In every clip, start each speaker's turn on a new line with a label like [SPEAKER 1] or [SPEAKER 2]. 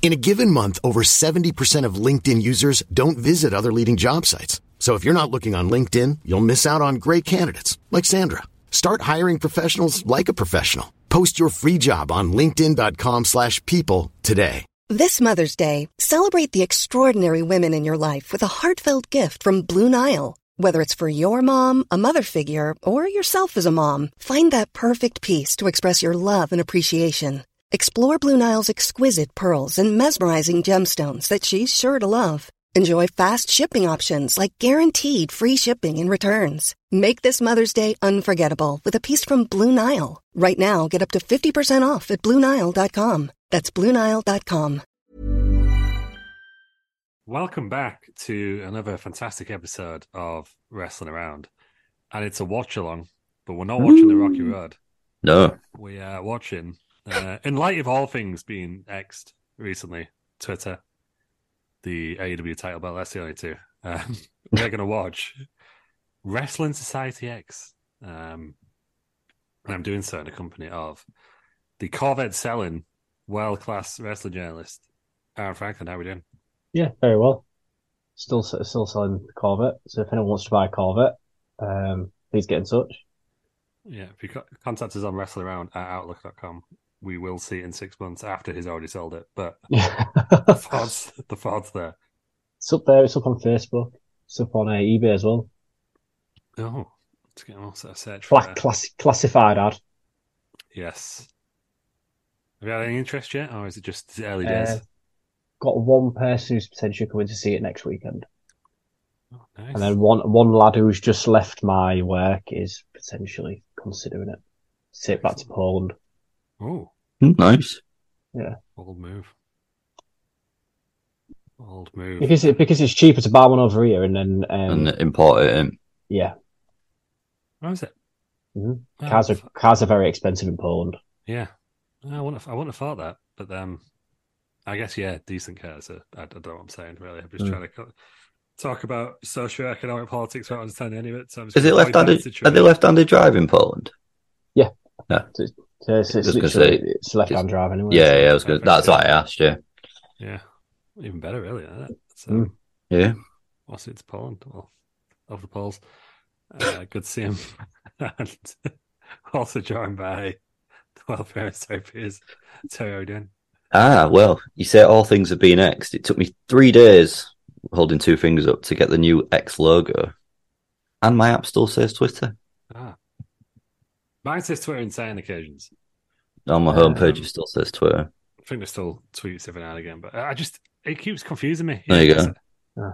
[SPEAKER 1] In a given month, over 70% of LinkedIn users don't visit other leading job sites. So if you're not looking on LinkedIn, you'll miss out on great candidates like Sandra. Start hiring professionals like a professional. Post your free job on linkedin.com/people slash people today.
[SPEAKER 2] This Mother's Day, celebrate the extraordinary women in your life with a heartfelt gift from Blue Nile. Whether it's for your mom, a mother figure, or yourself as a mom, find that perfect piece to express your love and appreciation. Explore Blue Nile's exquisite pearls and mesmerizing gemstones that she's sure to love. Enjoy fast shipping options like guaranteed free shipping and returns. Make this Mother's Day unforgettable with a piece from Blue Nile. Right now, get up to 50% off at BlueNile.com. That's BlueNile.com.
[SPEAKER 3] Welcome back to another fantastic episode of Wrestling Around. And it's a watch along, but we're not watching the Rocky Road.
[SPEAKER 4] No.
[SPEAKER 3] We are watching, uh, in light of all things being X'd recently, Twitter, the AEW title belt, that's the only two. Um, we're going to watch Wrestling Society X. Um, and I'm doing so in the company of the Corvette selling world class wrestling journalist, Aaron Franklin. How are we doing?
[SPEAKER 5] Yeah, very well. Still, still selling the Corvette. So if anyone wants to buy a Corvette, um, please get in touch.
[SPEAKER 3] Yeah, if you co- contact us on wrestlearound at outlook.com, we will see it in six months after he's already sold it. But the thoughts, the thoughts there.
[SPEAKER 5] It's up there. It's up on Facebook. It's up on uh, eBay as well.
[SPEAKER 3] Oh, let's get on a search for
[SPEAKER 5] Cla-
[SPEAKER 3] that.
[SPEAKER 5] class- classified ad.
[SPEAKER 3] Yes. Have you had any interest yet, or is it just early days?
[SPEAKER 5] Uh, got one person who's potentially coming to see it next weekend,
[SPEAKER 3] oh, nice.
[SPEAKER 5] and then one one lad who's just left my work is potentially considering it. Take back to Poland.
[SPEAKER 3] oh,
[SPEAKER 4] Hmm? Nice.
[SPEAKER 3] bold move. Bold move.
[SPEAKER 5] Because it, because it's cheaper to buy one over here and then um,
[SPEAKER 4] and import it in.
[SPEAKER 5] yeah,
[SPEAKER 3] Where is it?
[SPEAKER 5] Mhm.
[SPEAKER 3] Oh,
[SPEAKER 5] cars are
[SPEAKER 3] f-
[SPEAKER 5] cars are very expensive in Poland.
[SPEAKER 3] Yeah, I wouldn't. Have, I wouldn't have thought that, but um, I guess yeah, decent cars. Are, I don't know what I'm saying really. I'm just
[SPEAKER 5] Mm.
[SPEAKER 3] trying to co- talk about socio-economic politics. I don't understand any of it. So I'm just
[SPEAKER 4] Is it
[SPEAKER 3] gonna
[SPEAKER 4] left
[SPEAKER 3] avoid that
[SPEAKER 4] handed? Are
[SPEAKER 3] situation.
[SPEAKER 4] they left handed drive in Poland?
[SPEAKER 5] So it's, it's
[SPEAKER 4] I was gonna
[SPEAKER 5] literally
[SPEAKER 4] say,
[SPEAKER 5] it's left hand drive anyway.
[SPEAKER 4] Yeah, yeah, I was good.
[SPEAKER 3] perfect,
[SPEAKER 4] That's
[SPEAKER 3] yeah.
[SPEAKER 4] what I asked, yeah.
[SPEAKER 3] Yeah, even better really. Isn't it? So
[SPEAKER 5] Mm.
[SPEAKER 4] Yeah.
[SPEAKER 3] what's it to Poland? Well, of the polls. Uh, good to see him, and also joined by the welfare and therapies. Terry, how are you doing?
[SPEAKER 4] Ah, well, you say all things have been X'd. It took me three days holding two fingers up to get the new X logo. And my app still says Twitter.
[SPEAKER 3] Ah, mine says Twitter insane occasions.
[SPEAKER 4] On my
[SPEAKER 5] Um,
[SPEAKER 4] homepage, it still says Twitter.
[SPEAKER 3] I think there's still tweets every now and again, but I just it keeps confusing me. uh,
[SPEAKER 4] There you go.
[SPEAKER 5] Yeah.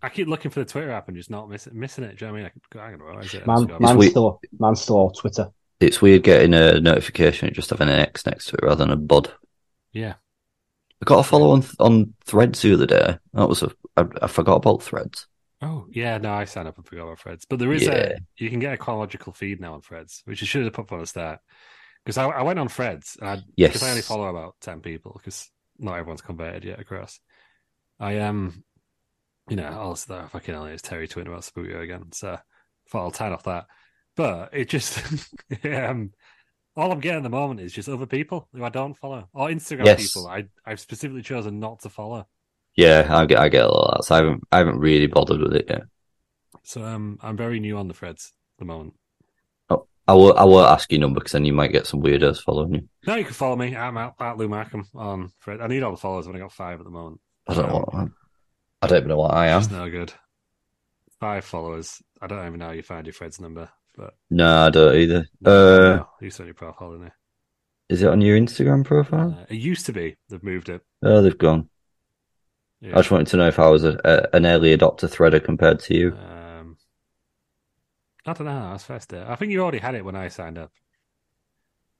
[SPEAKER 3] I keep looking for the Twitter app and just not miss, missing it. Do you know what I mean? I, could, I don't know. Where is it?
[SPEAKER 5] Man,
[SPEAKER 3] It's got-
[SPEAKER 5] man's
[SPEAKER 4] we-
[SPEAKER 5] still man's still on Twitter.
[SPEAKER 4] It's weird getting a notification and just having an X next to it rather than a bod.
[SPEAKER 3] yeah.
[SPEAKER 4] I got a follow on on Threads the other day. That was a I, I forgot about Threads.
[SPEAKER 3] Oh, yeah. No, I signed up and forgot about Freds, but there is
[SPEAKER 4] Yeah.
[SPEAKER 3] a you can get a chronological feed now on Freds, which you should have put from the start. Because I, I went on Freds and I
[SPEAKER 4] Yes.
[SPEAKER 3] because I only follow about ten people because not everyone's converted yet across. I am, um, you know, all this stuff fucking hell is Terry tweeting about Spooky again, so I thought I'll turn off that. But it just, um, all I'm getting at the moment is just other people who I don't follow or Instagram
[SPEAKER 4] Yes.
[SPEAKER 3] people I I've specifically chosen not to follow.
[SPEAKER 4] Yeah, I get I get a lot of that. So I haven't I haven't really bothered with it yet.
[SPEAKER 3] So um, I'm very new on the Freds at the moment.
[SPEAKER 4] I will I won't ask your number because then you might get some weirdos following you.
[SPEAKER 3] No, you can follow me. I'm at, at Lou Markham on Fred. I need all the followers. I've only got five at the moment.
[SPEAKER 4] I don't know
[SPEAKER 3] Um,
[SPEAKER 4] what I'm, I don't even know what I am.
[SPEAKER 3] It's no good. Five followers. I don't even know how you found your Fred's number, but
[SPEAKER 4] No, I don't either. Uh,
[SPEAKER 3] no, you saw your profile, didn't you?
[SPEAKER 4] is it on your Instagram profile?
[SPEAKER 3] Uh, it used to be. They've moved it.
[SPEAKER 4] Oh, they've gone.
[SPEAKER 3] Yeah.
[SPEAKER 4] I just wanted to know if I was a, a, an early adopter threader compared to you.
[SPEAKER 3] Um, I don't know. That's first day. I think you already had it when I signed up.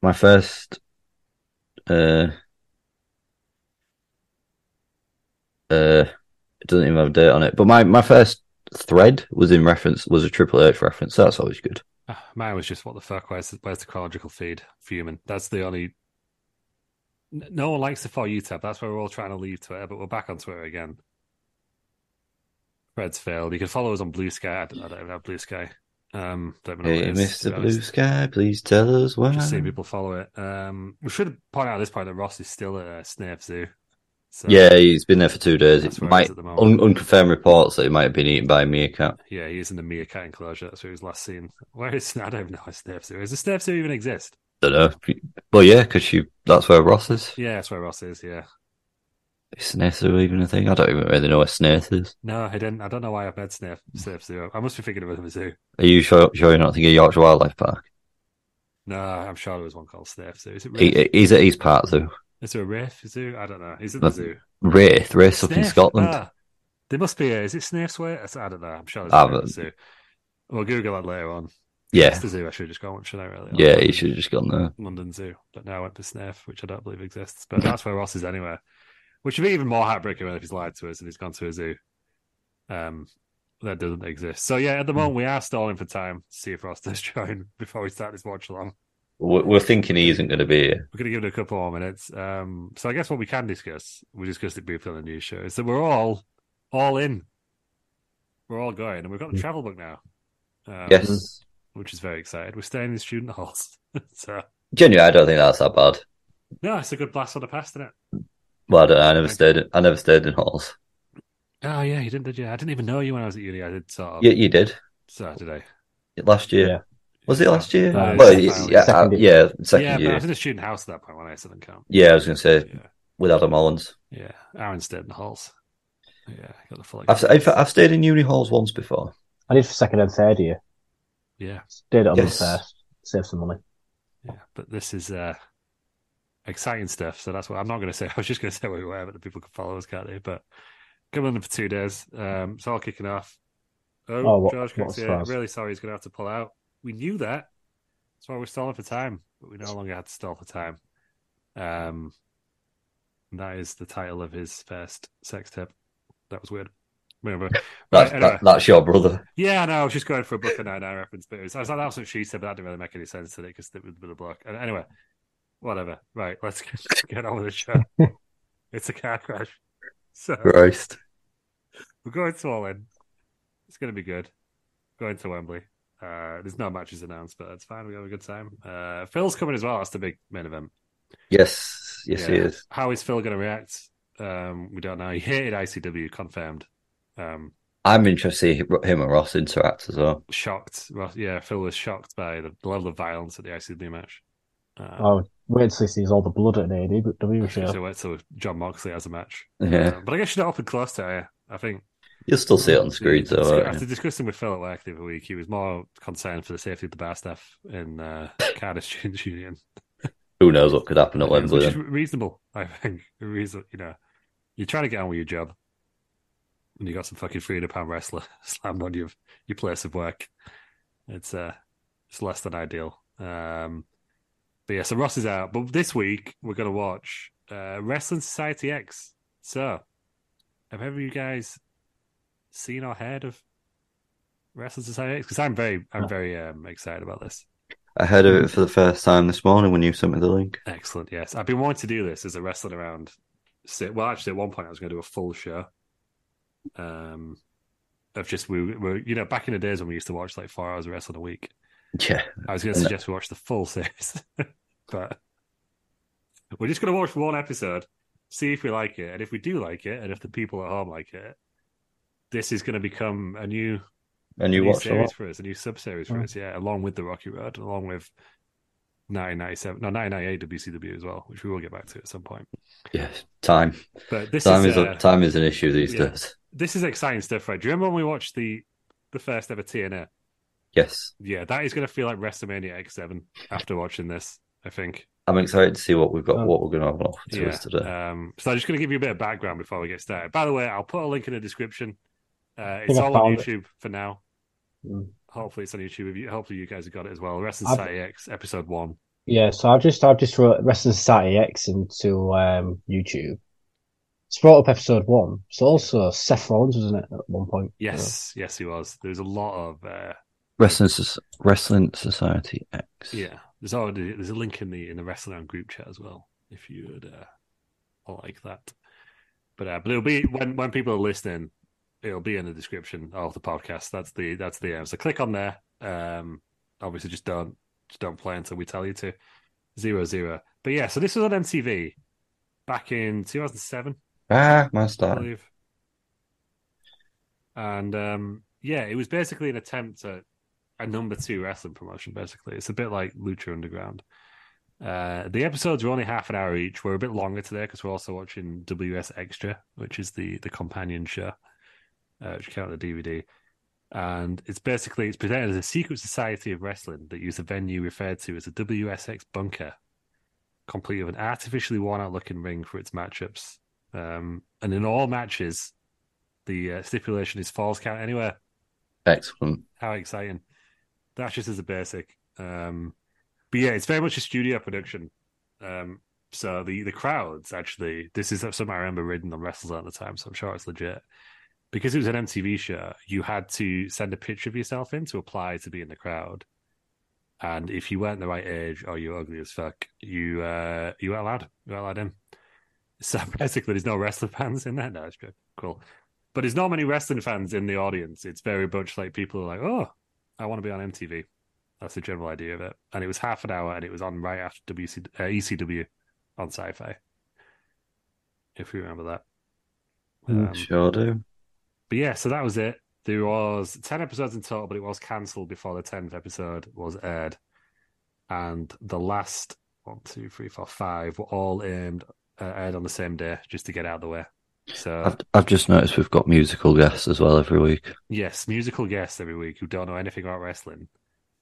[SPEAKER 4] My first, uh, Uh, it doesn't even have a date on it. But my, my first thread was in reference was a Triple H reference. So that's always good.
[SPEAKER 3] Ah, Mine was just what the fuck? Where's the, where's the chronological feed? Fuming. That's the only. N- No one likes the for you tab. That's where we're all trying to leave Twitter, but we're back on Twitter again. Threads failed. You can follow us on Blue Sky. I don't, I don't even have Blue Sky. Um, don't even know
[SPEAKER 4] Hey,
[SPEAKER 3] what it is, to
[SPEAKER 4] Mr.
[SPEAKER 3] be
[SPEAKER 4] Blue
[SPEAKER 3] honest.
[SPEAKER 4] Sky, please tell us why.
[SPEAKER 3] Just seeing people follow it. Um, we should point out at this point that Ross is still at uh, Snape Zoo. So,
[SPEAKER 4] Yeah, he's been there for two days.
[SPEAKER 3] That's
[SPEAKER 4] It
[SPEAKER 3] where it is
[SPEAKER 4] might
[SPEAKER 3] at the
[SPEAKER 4] un-
[SPEAKER 3] moment.
[SPEAKER 4] unconfirmed reports that he might have been eaten by a meerkat.
[SPEAKER 3] yeah, he is in the meerkat enclosure. That's where he was last seen. Where is? I don't even know where Snape Zoo is. Does Snape Zoo even exist?
[SPEAKER 4] Don't know. Well, yeah, because that's where Ross is.
[SPEAKER 3] Yeah, that's where Ross is. Yeah.
[SPEAKER 4] Is Snaith even a thing? I don't even really know where Snaith is.
[SPEAKER 3] No, I didn't. I don't know why I've met Snape, Snape Zoo. I must be thinking of a zoo.
[SPEAKER 4] Are you sure, sure you're not thinking of Yorkshire Wildlife Park?
[SPEAKER 3] No, I'm sure there was one called Snape Zoo. Is it
[SPEAKER 4] He,
[SPEAKER 3] Rafe?
[SPEAKER 4] he- he's at East Park Zoo.
[SPEAKER 3] Is it a Rafe Zoo? I don't know. Is it
[SPEAKER 4] No,
[SPEAKER 3] the zoo?
[SPEAKER 4] Wraith, Wraith up in
[SPEAKER 3] Snape?
[SPEAKER 4] Scotland.
[SPEAKER 3] Ah, there must be a. Is it Snape's Way? That's- I don't know. I'm sure there's
[SPEAKER 4] Ah,
[SPEAKER 3] a Rafe
[SPEAKER 4] but-
[SPEAKER 3] zoo. We'll Google that later on.
[SPEAKER 4] yeah,
[SPEAKER 3] It's the zoo I should have just gone, should I really?
[SPEAKER 4] yeah, he
[SPEAKER 3] London-
[SPEAKER 4] should have just gone there.
[SPEAKER 3] London Zoo. But now I went to Snape, which I don't believe exists. But that's where Ross is anyway. Which would be even more heartbreaking if he's lied to us and he's gone to a zoo. Um, that doesn't exist. So yeah, at the moment we are stalling for time to see if Ross does join before we start this watch along.
[SPEAKER 4] We're, we're thinking he isn't going to be here.
[SPEAKER 3] We're going to give it a couple more minutes. Um, so I guess what we can discuss, we discussed it briefly on the news show, is that we're all all in. We're all going, and we've got the travel book now. Um,
[SPEAKER 4] Yes.
[SPEAKER 3] which is very exciting. We're staying in student halls, so
[SPEAKER 4] Genuinely, I don't think that's that bad.
[SPEAKER 3] no, it's a good blast from the past, isn't it?
[SPEAKER 4] Well, I, don't, know, I never
[SPEAKER 3] Okay.
[SPEAKER 4] stayed. in- I never stayed in halls.
[SPEAKER 3] Oh yeah, you didn't, did you? I didn't even know you when I was at uni. I did sort of.
[SPEAKER 4] You, you did
[SPEAKER 3] So did I?
[SPEAKER 4] last year.
[SPEAKER 5] Yeah.
[SPEAKER 4] Was it last year?
[SPEAKER 3] No,
[SPEAKER 5] it
[SPEAKER 4] well,
[SPEAKER 5] was
[SPEAKER 4] y-
[SPEAKER 3] second
[SPEAKER 4] yeah,
[SPEAKER 5] year.
[SPEAKER 4] uh,
[SPEAKER 5] Second
[SPEAKER 4] yeah, second
[SPEAKER 3] yeah, but I
[SPEAKER 4] year
[SPEAKER 3] was in a student house at that point when I didn't come.
[SPEAKER 4] Yeah, I was gonna say-
[SPEAKER 3] yeah,
[SPEAKER 4] with Adam Hollins.
[SPEAKER 3] yeah. Aaron stayed in the halls. Yeah, got the full.
[SPEAKER 4] I've, I've I've stayed in uni halls once before.
[SPEAKER 5] I did second and third year.
[SPEAKER 3] yeah.
[SPEAKER 5] Did it on
[SPEAKER 4] Yes.
[SPEAKER 5] the first. Save some money.
[SPEAKER 3] Yeah, but this is uh, exciting stuff. So that's what I'm not going to say. I was just going to say where we were, but the people can follow us, can't they? But come on for two days. Um, it's all kicking off. Oh,
[SPEAKER 5] Oh, what-
[SPEAKER 3] George
[SPEAKER 5] what
[SPEAKER 3] Cook's
[SPEAKER 5] a
[SPEAKER 3] here.
[SPEAKER 5] surprise.
[SPEAKER 3] Really sorry he's going to have to pull out. We knew that. That's why we're stalling for time, but we no longer had to stall for time. Um, and that is the title of his first sex tip. That was weird. Remember?
[SPEAKER 4] That's
[SPEAKER 3] Right, anyway.
[SPEAKER 4] that, that's your brother.
[SPEAKER 3] Yeah, no, I was just going for a book of nine hour reference, but it was, I was like, that's what she said, but that didn't really make any sense to it because it was a bit of block. And anyway, whatever. Right, let's get, get on with the show. it's a car crash. So
[SPEAKER 4] Christ.
[SPEAKER 3] we're going to all in. It's going to be good. Going to Wembley. Uh, there's no matches announced, but that's fine. We have a good time. Uh, Phil's coming as well. That's the big main event.
[SPEAKER 4] Yes, yes, he
[SPEAKER 3] Yeah.
[SPEAKER 4] is.
[SPEAKER 3] How is Phil going to react? Um, we don't know. He hated ICW, confirmed. Um,
[SPEAKER 4] I'm interested to see him and Ross interact as well.
[SPEAKER 3] shocked. Well, yeah, Phil was shocked by the level of violence at the ICW match. Uh,
[SPEAKER 5] Oh, wait till he sees all the blood at an AD, but W show.
[SPEAKER 3] So wait till John Moxley has a match.
[SPEAKER 4] Yeah,
[SPEAKER 3] Uh, but I guess you're not up and close to her, I think.
[SPEAKER 4] you'll still see it on screen though.
[SPEAKER 3] After-
[SPEAKER 4] won't
[SPEAKER 3] After
[SPEAKER 4] you?
[SPEAKER 3] discussing with Phil at work the other week, he was more concerned for the safety of the bar staff in uh, Cardiff Students' Union.
[SPEAKER 4] Who knows what could happen at Wembley?
[SPEAKER 3] Which is
[SPEAKER 4] Then.
[SPEAKER 3] reasonable, I think. Reason, you know, you're trying to get on with your job, and you got some fucking 300 pound wrestler slammed on your your place of work. It's uh, it's less than ideal. Um, but yeah, so Ross is out. But this week we're gonna watch uh, Wrestling Society X. So, have ever you guys seen or heard of Wrestling Society X? Because I'm very, I'm very um, excited about this.
[SPEAKER 4] I heard of it for the first time this morning when you sent me the link.
[SPEAKER 3] Excellent. Yes, I've been wanting to do this as a wrestling around. sit- Well, actually, at one point I was going to do a full show. Um, of just we were you know back in the days when we used to watch like four hours of wrestling a week.
[SPEAKER 4] Yeah,
[SPEAKER 3] I was going to
[SPEAKER 4] And-
[SPEAKER 3] suggest we watch the full series, but we're just going to watch one episode, see if we like it, and if we do like it, and if the people at home like it, this is going to become a new
[SPEAKER 4] and you
[SPEAKER 3] new
[SPEAKER 4] watched a
[SPEAKER 3] series
[SPEAKER 4] lot.
[SPEAKER 3] for us, a new sub series for
[SPEAKER 5] Mm.
[SPEAKER 3] us, yeah, along with the Rocky Road, along with 1997, no, 1998 WCW as well, which we will get back to at some point.
[SPEAKER 4] Yeah, time.
[SPEAKER 3] But this
[SPEAKER 4] time
[SPEAKER 3] is,
[SPEAKER 4] is,
[SPEAKER 3] uh,
[SPEAKER 4] a, time is an issue these
[SPEAKER 3] yeah.
[SPEAKER 4] days.
[SPEAKER 3] this is exciting stuff, right? Do you remember when we watched the the first ever TNA?
[SPEAKER 4] Yes,
[SPEAKER 3] Yeah, that is going to feel like WrestleMania X7 after watching this. I think.
[SPEAKER 4] I'm excited to see what we've got,
[SPEAKER 5] Oh.
[SPEAKER 4] what we're going to have on offer to
[SPEAKER 3] yeah.
[SPEAKER 4] us today.
[SPEAKER 3] Um, so I'm just going to give you a bit of background before we get started. By the way, I'll put a link in the description. Uh,
[SPEAKER 5] think
[SPEAKER 3] it's
[SPEAKER 5] I
[SPEAKER 3] all on
[SPEAKER 5] found it.
[SPEAKER 3] YouTube for now.
[SPEAKER 5] Mm.
[SPEAKER 3] Hopefully, it's on YouTube. If you- Hopefully, you guys have got it as well. Wrestling
[SPEAKER 5] I've-
[SPEAKER 3] Society X episode one.
[SPEAKER 5] E Yeah, so I've just I've just wrote Wrestling Society X into um YouTube. It's brought up episode one. So also Seth Rollins was in it at one point.
[SPEAKER 3] Yes, yes, he was. There's a lot of uh,
[SPEAKER 4] Wrestling, Soc- Wrestling Society X.
[SPEAKER 3] yeah. There's already there's a link in the in the wrestling Hound group chat as well if you would uh, like that. But uh, but it'll be when when people are listening, it'll be in the description of the podcast. That's the that's the aim. So click on there. Um, obviously just don't just don't play until we tell you to. Zero zero. But yeah, so this was on MTV back in 2007.
[SPEAKER 4] Ah, my
[SPEAKER 3] I
[SPEAKER 4] star.
[SPEAKER 3] believe. And um, yeah, it was basically an attempt at a number two wrestling promotion. Basically, it's a bit like Lucha Underground. Uh, the episodes were only half an hour each. We're a bit longer today because we're also watching WS Extra, which is the the companion show, uh, which came out on the DVD. And it's basically it's presented as a secret society of wrestling that used a venue referred to as the WSX bunker, complete with an artificially worn out looking ring for its matchups. Um, and in all matches, the uh, stipulation is falls count anywhere.
[SPEAKER 4] Excellent.
[SPEAKER 3] How exciting! That's just as a basic. Um, but yeah, it's very much a studio production. Um, so the the crowds actually, this is something I remember reading on WrestleZone at the time, so I'm sure it's legit. Because it was an MTV show, you had to send a picture of yourself in to apply to be in the crowd. And if you weren't the right age or you're ugly as fuck, you uh, you weren't allowed. You weren't allowed in. So basically, there's no wrestling fans in there. No, it's good. Cool. But there's not many wrestling fans in the audience. It's very much like people are like, oh, I want to be on MTV. That's the general idea of it. And it was half an hour and it was on right after WC, uh, ECW on sci fi, if you remember that.
[SPEAKER 4] Mm,
[SPEAKER 3] Um,
[SPEAKER 4] sure do.
[SPEAKER 3] but yeah, so that was it. There was ten episodes in total, but it was cancelled before the tenth episode was aired, and the last one, two, three, four, five were all aimed uh, aired on the same day just to get out of the way. So
[SPEAKER 4] I've, I've just noticed we've got musical guests as well every week.
[SPEAKER 3] yes, musical guests every week who don't know anything about wrestling,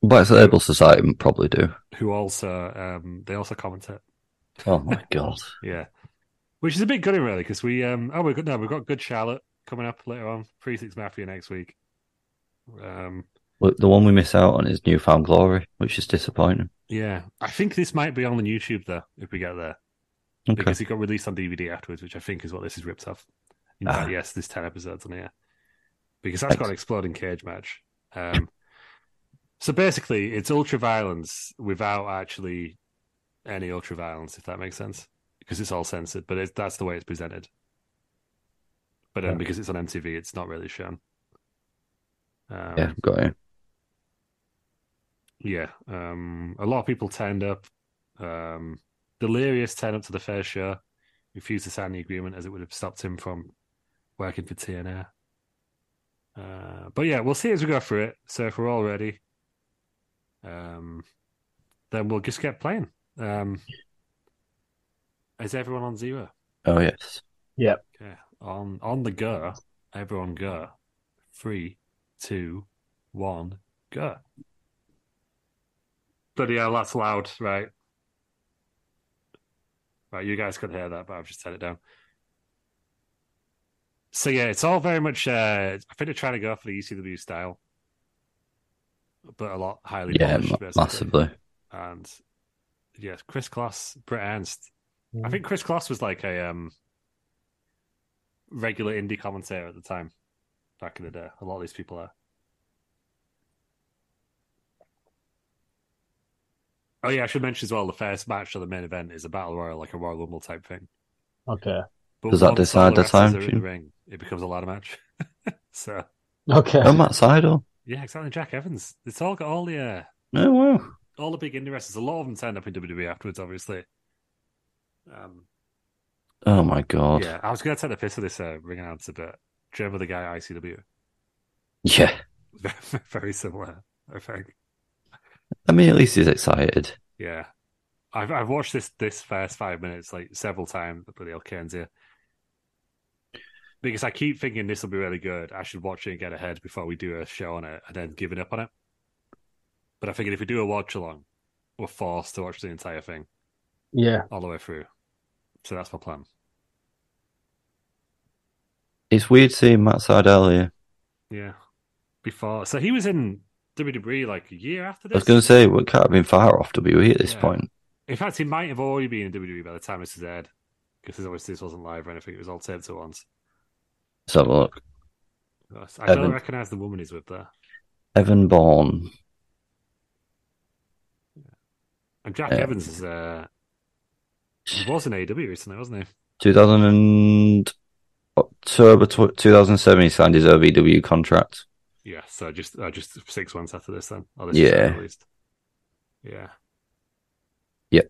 [SPEAKER 4] Black Label Society would probably do.
[SPEAKER 3] who also um, they also commentate.
[SPEAKER 4] Oh my god.
[SPEAKER 3] Yeah, which is a bit gutting really because we um oh we've got no we've got good Charlotte coming up later on three six mafia next week. Um,
[SPEAKER 4] Look, the one we miss out on is Newfound Glory, which is disappointing.
[SPEAKER 3] yeah, I think this might be on the YouTube though if we get there.
[SPEAKER 4] Okay.
[SPEAKER 3] because it got released on DVD afterwards, which I think is what this is ripped off. In
[SPEAKER 4] Ah.
[SPEAKER 3] fact, yes, there's ten episodes on here because that's got an exploding cage match. Um, so basically, it's ultra violence without actually any ultra violence, if that makes sense, because it's all censored. But it, that's the way it's presented. But um,
[SPEAKER 4] Yeah.
[SPEAKER 3] because it's on MTV, it's not really shown. Um,
[SPEAKER 4] Yeah, got you.
[SPEAKER 3] yeah, um, a lot of people turned up. Um, Delirious turned up to the fair show, refused to sign the agreement as it would have stopped him from working for TNA. Uh, but yeah, we'll see as we go through it. So if we're all ready, um, then we'll just get playing. Um, is everyone on zero?
[SPEAKER 4] Oh yes.
[SPEAKER 3] Okay, on on the go. Everyone go. Three, two, one, go. Bloody hell, that's loud, right? Right, you guys could hear that, but I've just set it down. So yeah, it's all very much. Uh, I think they're trying to go for the ECW style, but a lot highly
[SPEAKER 4] Yeah,
[SPEAKER 3] polished,
[SPEAKER 4] ma-
[SPEAKER 3] basically.
[SPEAKER 4] massively.
[SPEAKER 3] And yes, Chris Kloss, Brett Ernst, I
[SPEAKER 4] Mm.
[SPEAKER 3] think Chris Kloss was like a um, regular indie commentator at the time, back in the day. A lot of these people are. Oh yeah, I should mention as well. The first match of the main event is a battle royal, like a Royal Rumble type thing.
[SPEAKER 5] Okay.
[SPEAKER 3] But
[SPEAKER 4] Does that
[SPEAKER 3] once all
[SPEAKER 4] decide the
[SPEAKER 3] wrestlers
[SPEAKER 4] time,
[SPEAKER 3] are in
[SPEAKER 4] Jim?
[SPEAKER 3] the ring, it becomes a ladder match. so
[SPEAKER 5] Okay.
[SPEAKER 4] Oh, Matt Seidel.
[SPEAKER 3] yeah, exactly. Jack Evans. It's all got all the uh,
[SPEAKER 4] Oh wow.
[SPEAKER 3] all the big indie wrestlers. A lot of them turned up in WWE afterwards, obviously. Um,
[SPEAKER 4] Oh my god.
[SPEAKER 3] Yeah, I was going to take the piss of this uh, ring announcer, but do you remember the guy at ICW?
[SPEAKER 4] Yeah.
[SPEAKER 3] Very similar, I think.
[SPEAKER 4] I mean, at least he's excited.
[SPEAKER 3] Yeah, I've I've watched this this first five minutes like several times. The bloody hell, Cairns here. Because I keep thinking this will be really good. I should watch it and get ahead before we do a show on it, and then giving up on it. But I figured if we do a watch along, we're forced to watch the entire thing
[SPEAKER 5] Yeah.
[SPEAKER 3] all the way through. So that's my plan.
[SPEAKER 4] It's weird seeing Matt Seidel here.
[SPEAKER 3] Yeah. Before, so he was in WWE like a year after
[SPEAKER 4] I
[SPEAKER 3] this.
[SPEAKER 4] was going to say we can't have been far off WWE at this
[SPEAKER 3] Yeah.
[SPEAKER 4] point.
[SPEAKER 3] E In fact, he might have already been in WWE by the time this is aired. because obviously this wasn't live or anything. It was alternative ones.
[SPEAKER 4] Let's have a look.
[SPEAKER 3] I don't
[SPEAKER 4] Evan.
[SPEAKER 3] recognise the woman he's with there.
[SPEAKER 4] Evan Bourne.
[SPEAKER 3] And Jack
[SPEAKER 4] Yeah.
[SPEAKER 3] Evans is uh, he was in AEW recently, wasn't
[SPEAKER 4] 2000 and October tw 2007, he signed his OVW contract.
[SPEAKER 3] he? Yeah. So just uh, just six months after this, then. Or this
[SPEAKER 4] Yeah.
[SPEAKER 3] At least. Yeah.
[SPEAKER 4] Yep.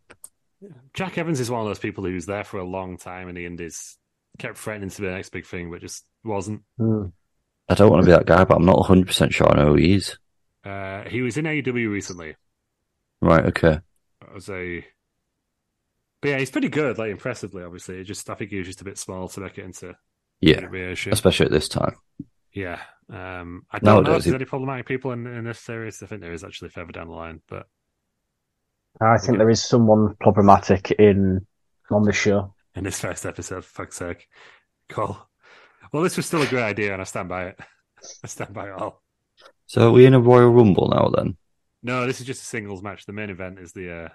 [SPEAKER 3] Jack Evans is one of those people who's there for a long time in the Indies, kept threatening to be the next big thing, but just wasn't.
[SPEAKER 5] Hmm.
[SPEAKER 4] I don't want to be that guy, but I'm not 100% sure I know who he is.
[SPEAKER 3] Uh, he was in AEW recently
[SPEAKER 4] Right, okay.
[SPEAKER 3] as a. But yeah, he's pretty good, like impressively, obviously. It just I think he was just a bit small to make it into
[SPEAKER 4] Yeah,
[SPEAKER 3] a real issue.
[SPEAKER 4] especially at this time.
[SPEAKER 3] Yeah. Um, I don't know if
[SPEAKER 4] Nowadays,
[SPEAKER 3] there's
[SPEAKER 4] it-
[SPEAKER 3] any problematic people in, in this series. I think there is actually further down the line, but
[SPEAKER 5] I think there is someone problematic in on the show.
[SPEAKER 3] in this first episode, for fuck's sake. Cool. Well, this was still a great idea, and I stand by it. I stand by it all.
[SPEAKER 4] So are we in a Royal Rumble now then?
[SPEAKER 3] No, this is just a singles match. The main event is the uh,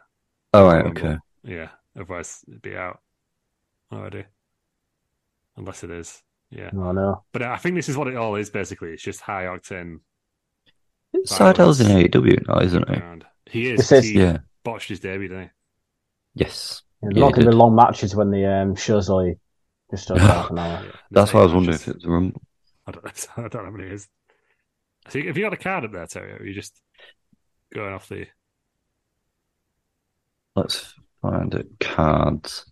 [SPEAKER 4] All Oh, right,
[SPEAKER 3] Rumble.
[SPEAKER 4] okay.
[SPEAKER 3] yeah. Otherwise, it'd be out already, unless it is. Yeah,
[SPEAKER 5] No, no.
[SPEAKER 3] but I think this is what it all is. Basically, it's just high octane.
[SPEAKER 4] Seidel's in AEW now, isn't he?
[SPEAKER 3] around. He is.
[SPEAKER 5] This is-
[SPEAKER 3] he
[SPEAKER 4] Yeah.
[SPEAKER 3] botched his debut, didn't he?
[SPEAKER 4] Yes.
[SPEAKER 5] There's
[SPEAKER 4] Yeah,
[SPEAKER 5] not
[SPEAKER 4] he
[SPEAKER 5] going
[SPEAKER 4] did.
[SPEAKER 5] to be long matches when the um, show's only just over half an hour.
[SPEAKER 3] Yeah.
[SPEAKER 4] That's why I was
[SPEAKER 3] Just-
[SPEAKER 4] wondering if it's a E Rumble.
[SPEAKER 3] I don't, know, I don't know what it is. So you- have you got a card up there, Terry? Or are you just going off the?
[SPEAKER 4] Let's find it. Cards.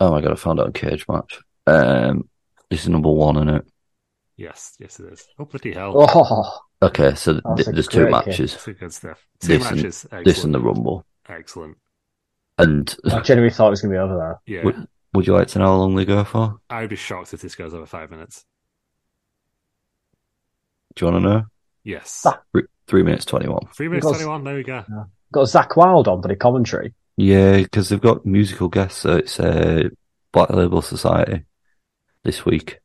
[SPEAKER 4] Oh my god, I found out a cage match. Um, it's number one in it.
[SPEAKER 3] Yes, yes, it is. Oh bloody hell!
[SPEAKER 5] Oh,
[SPEAKER 4] Okay, so th-
[SPEAKER 5] That's a
[SPEAKER 4] there's two
[SPEAKER 5] great cage.
[SPEAKER 4] matches.
[SPEAKER 3] That's some good stuff. Two
[SPEAKER 4] This and-
[SPEAKER 3] matches. Excellent.
[SPEAKER 4] This and the Rumble.
[SPEAKER 3] Excellent.
[SPEAKER 4] And
[SPEAKER 5] I genuinely thought it was going to be over there.
[SPEAKER 3] Yeah,
[SPEAKER 4] would, would you like to know how long they go for?
[SPEAKER 3] I would be shocked if this goes over five minutes.
[SPEAKER 4] Do you want to know?
[SPEAKER 3] Yes,
[SPEAKER 5] Ah.
[SPEAKER 4] Three, three minutes twenty-one.
[SPEAKER 3] three minutes
[SPEAKER 5] Because-
[SPEAKER 3] twenty-one. There we go.
[SPEAKER 5] Got Zach Wilde on for the commentary.
[SPEAKER 4] Yeah, because they've got musical guests. So it's uh, Black Label Society this week.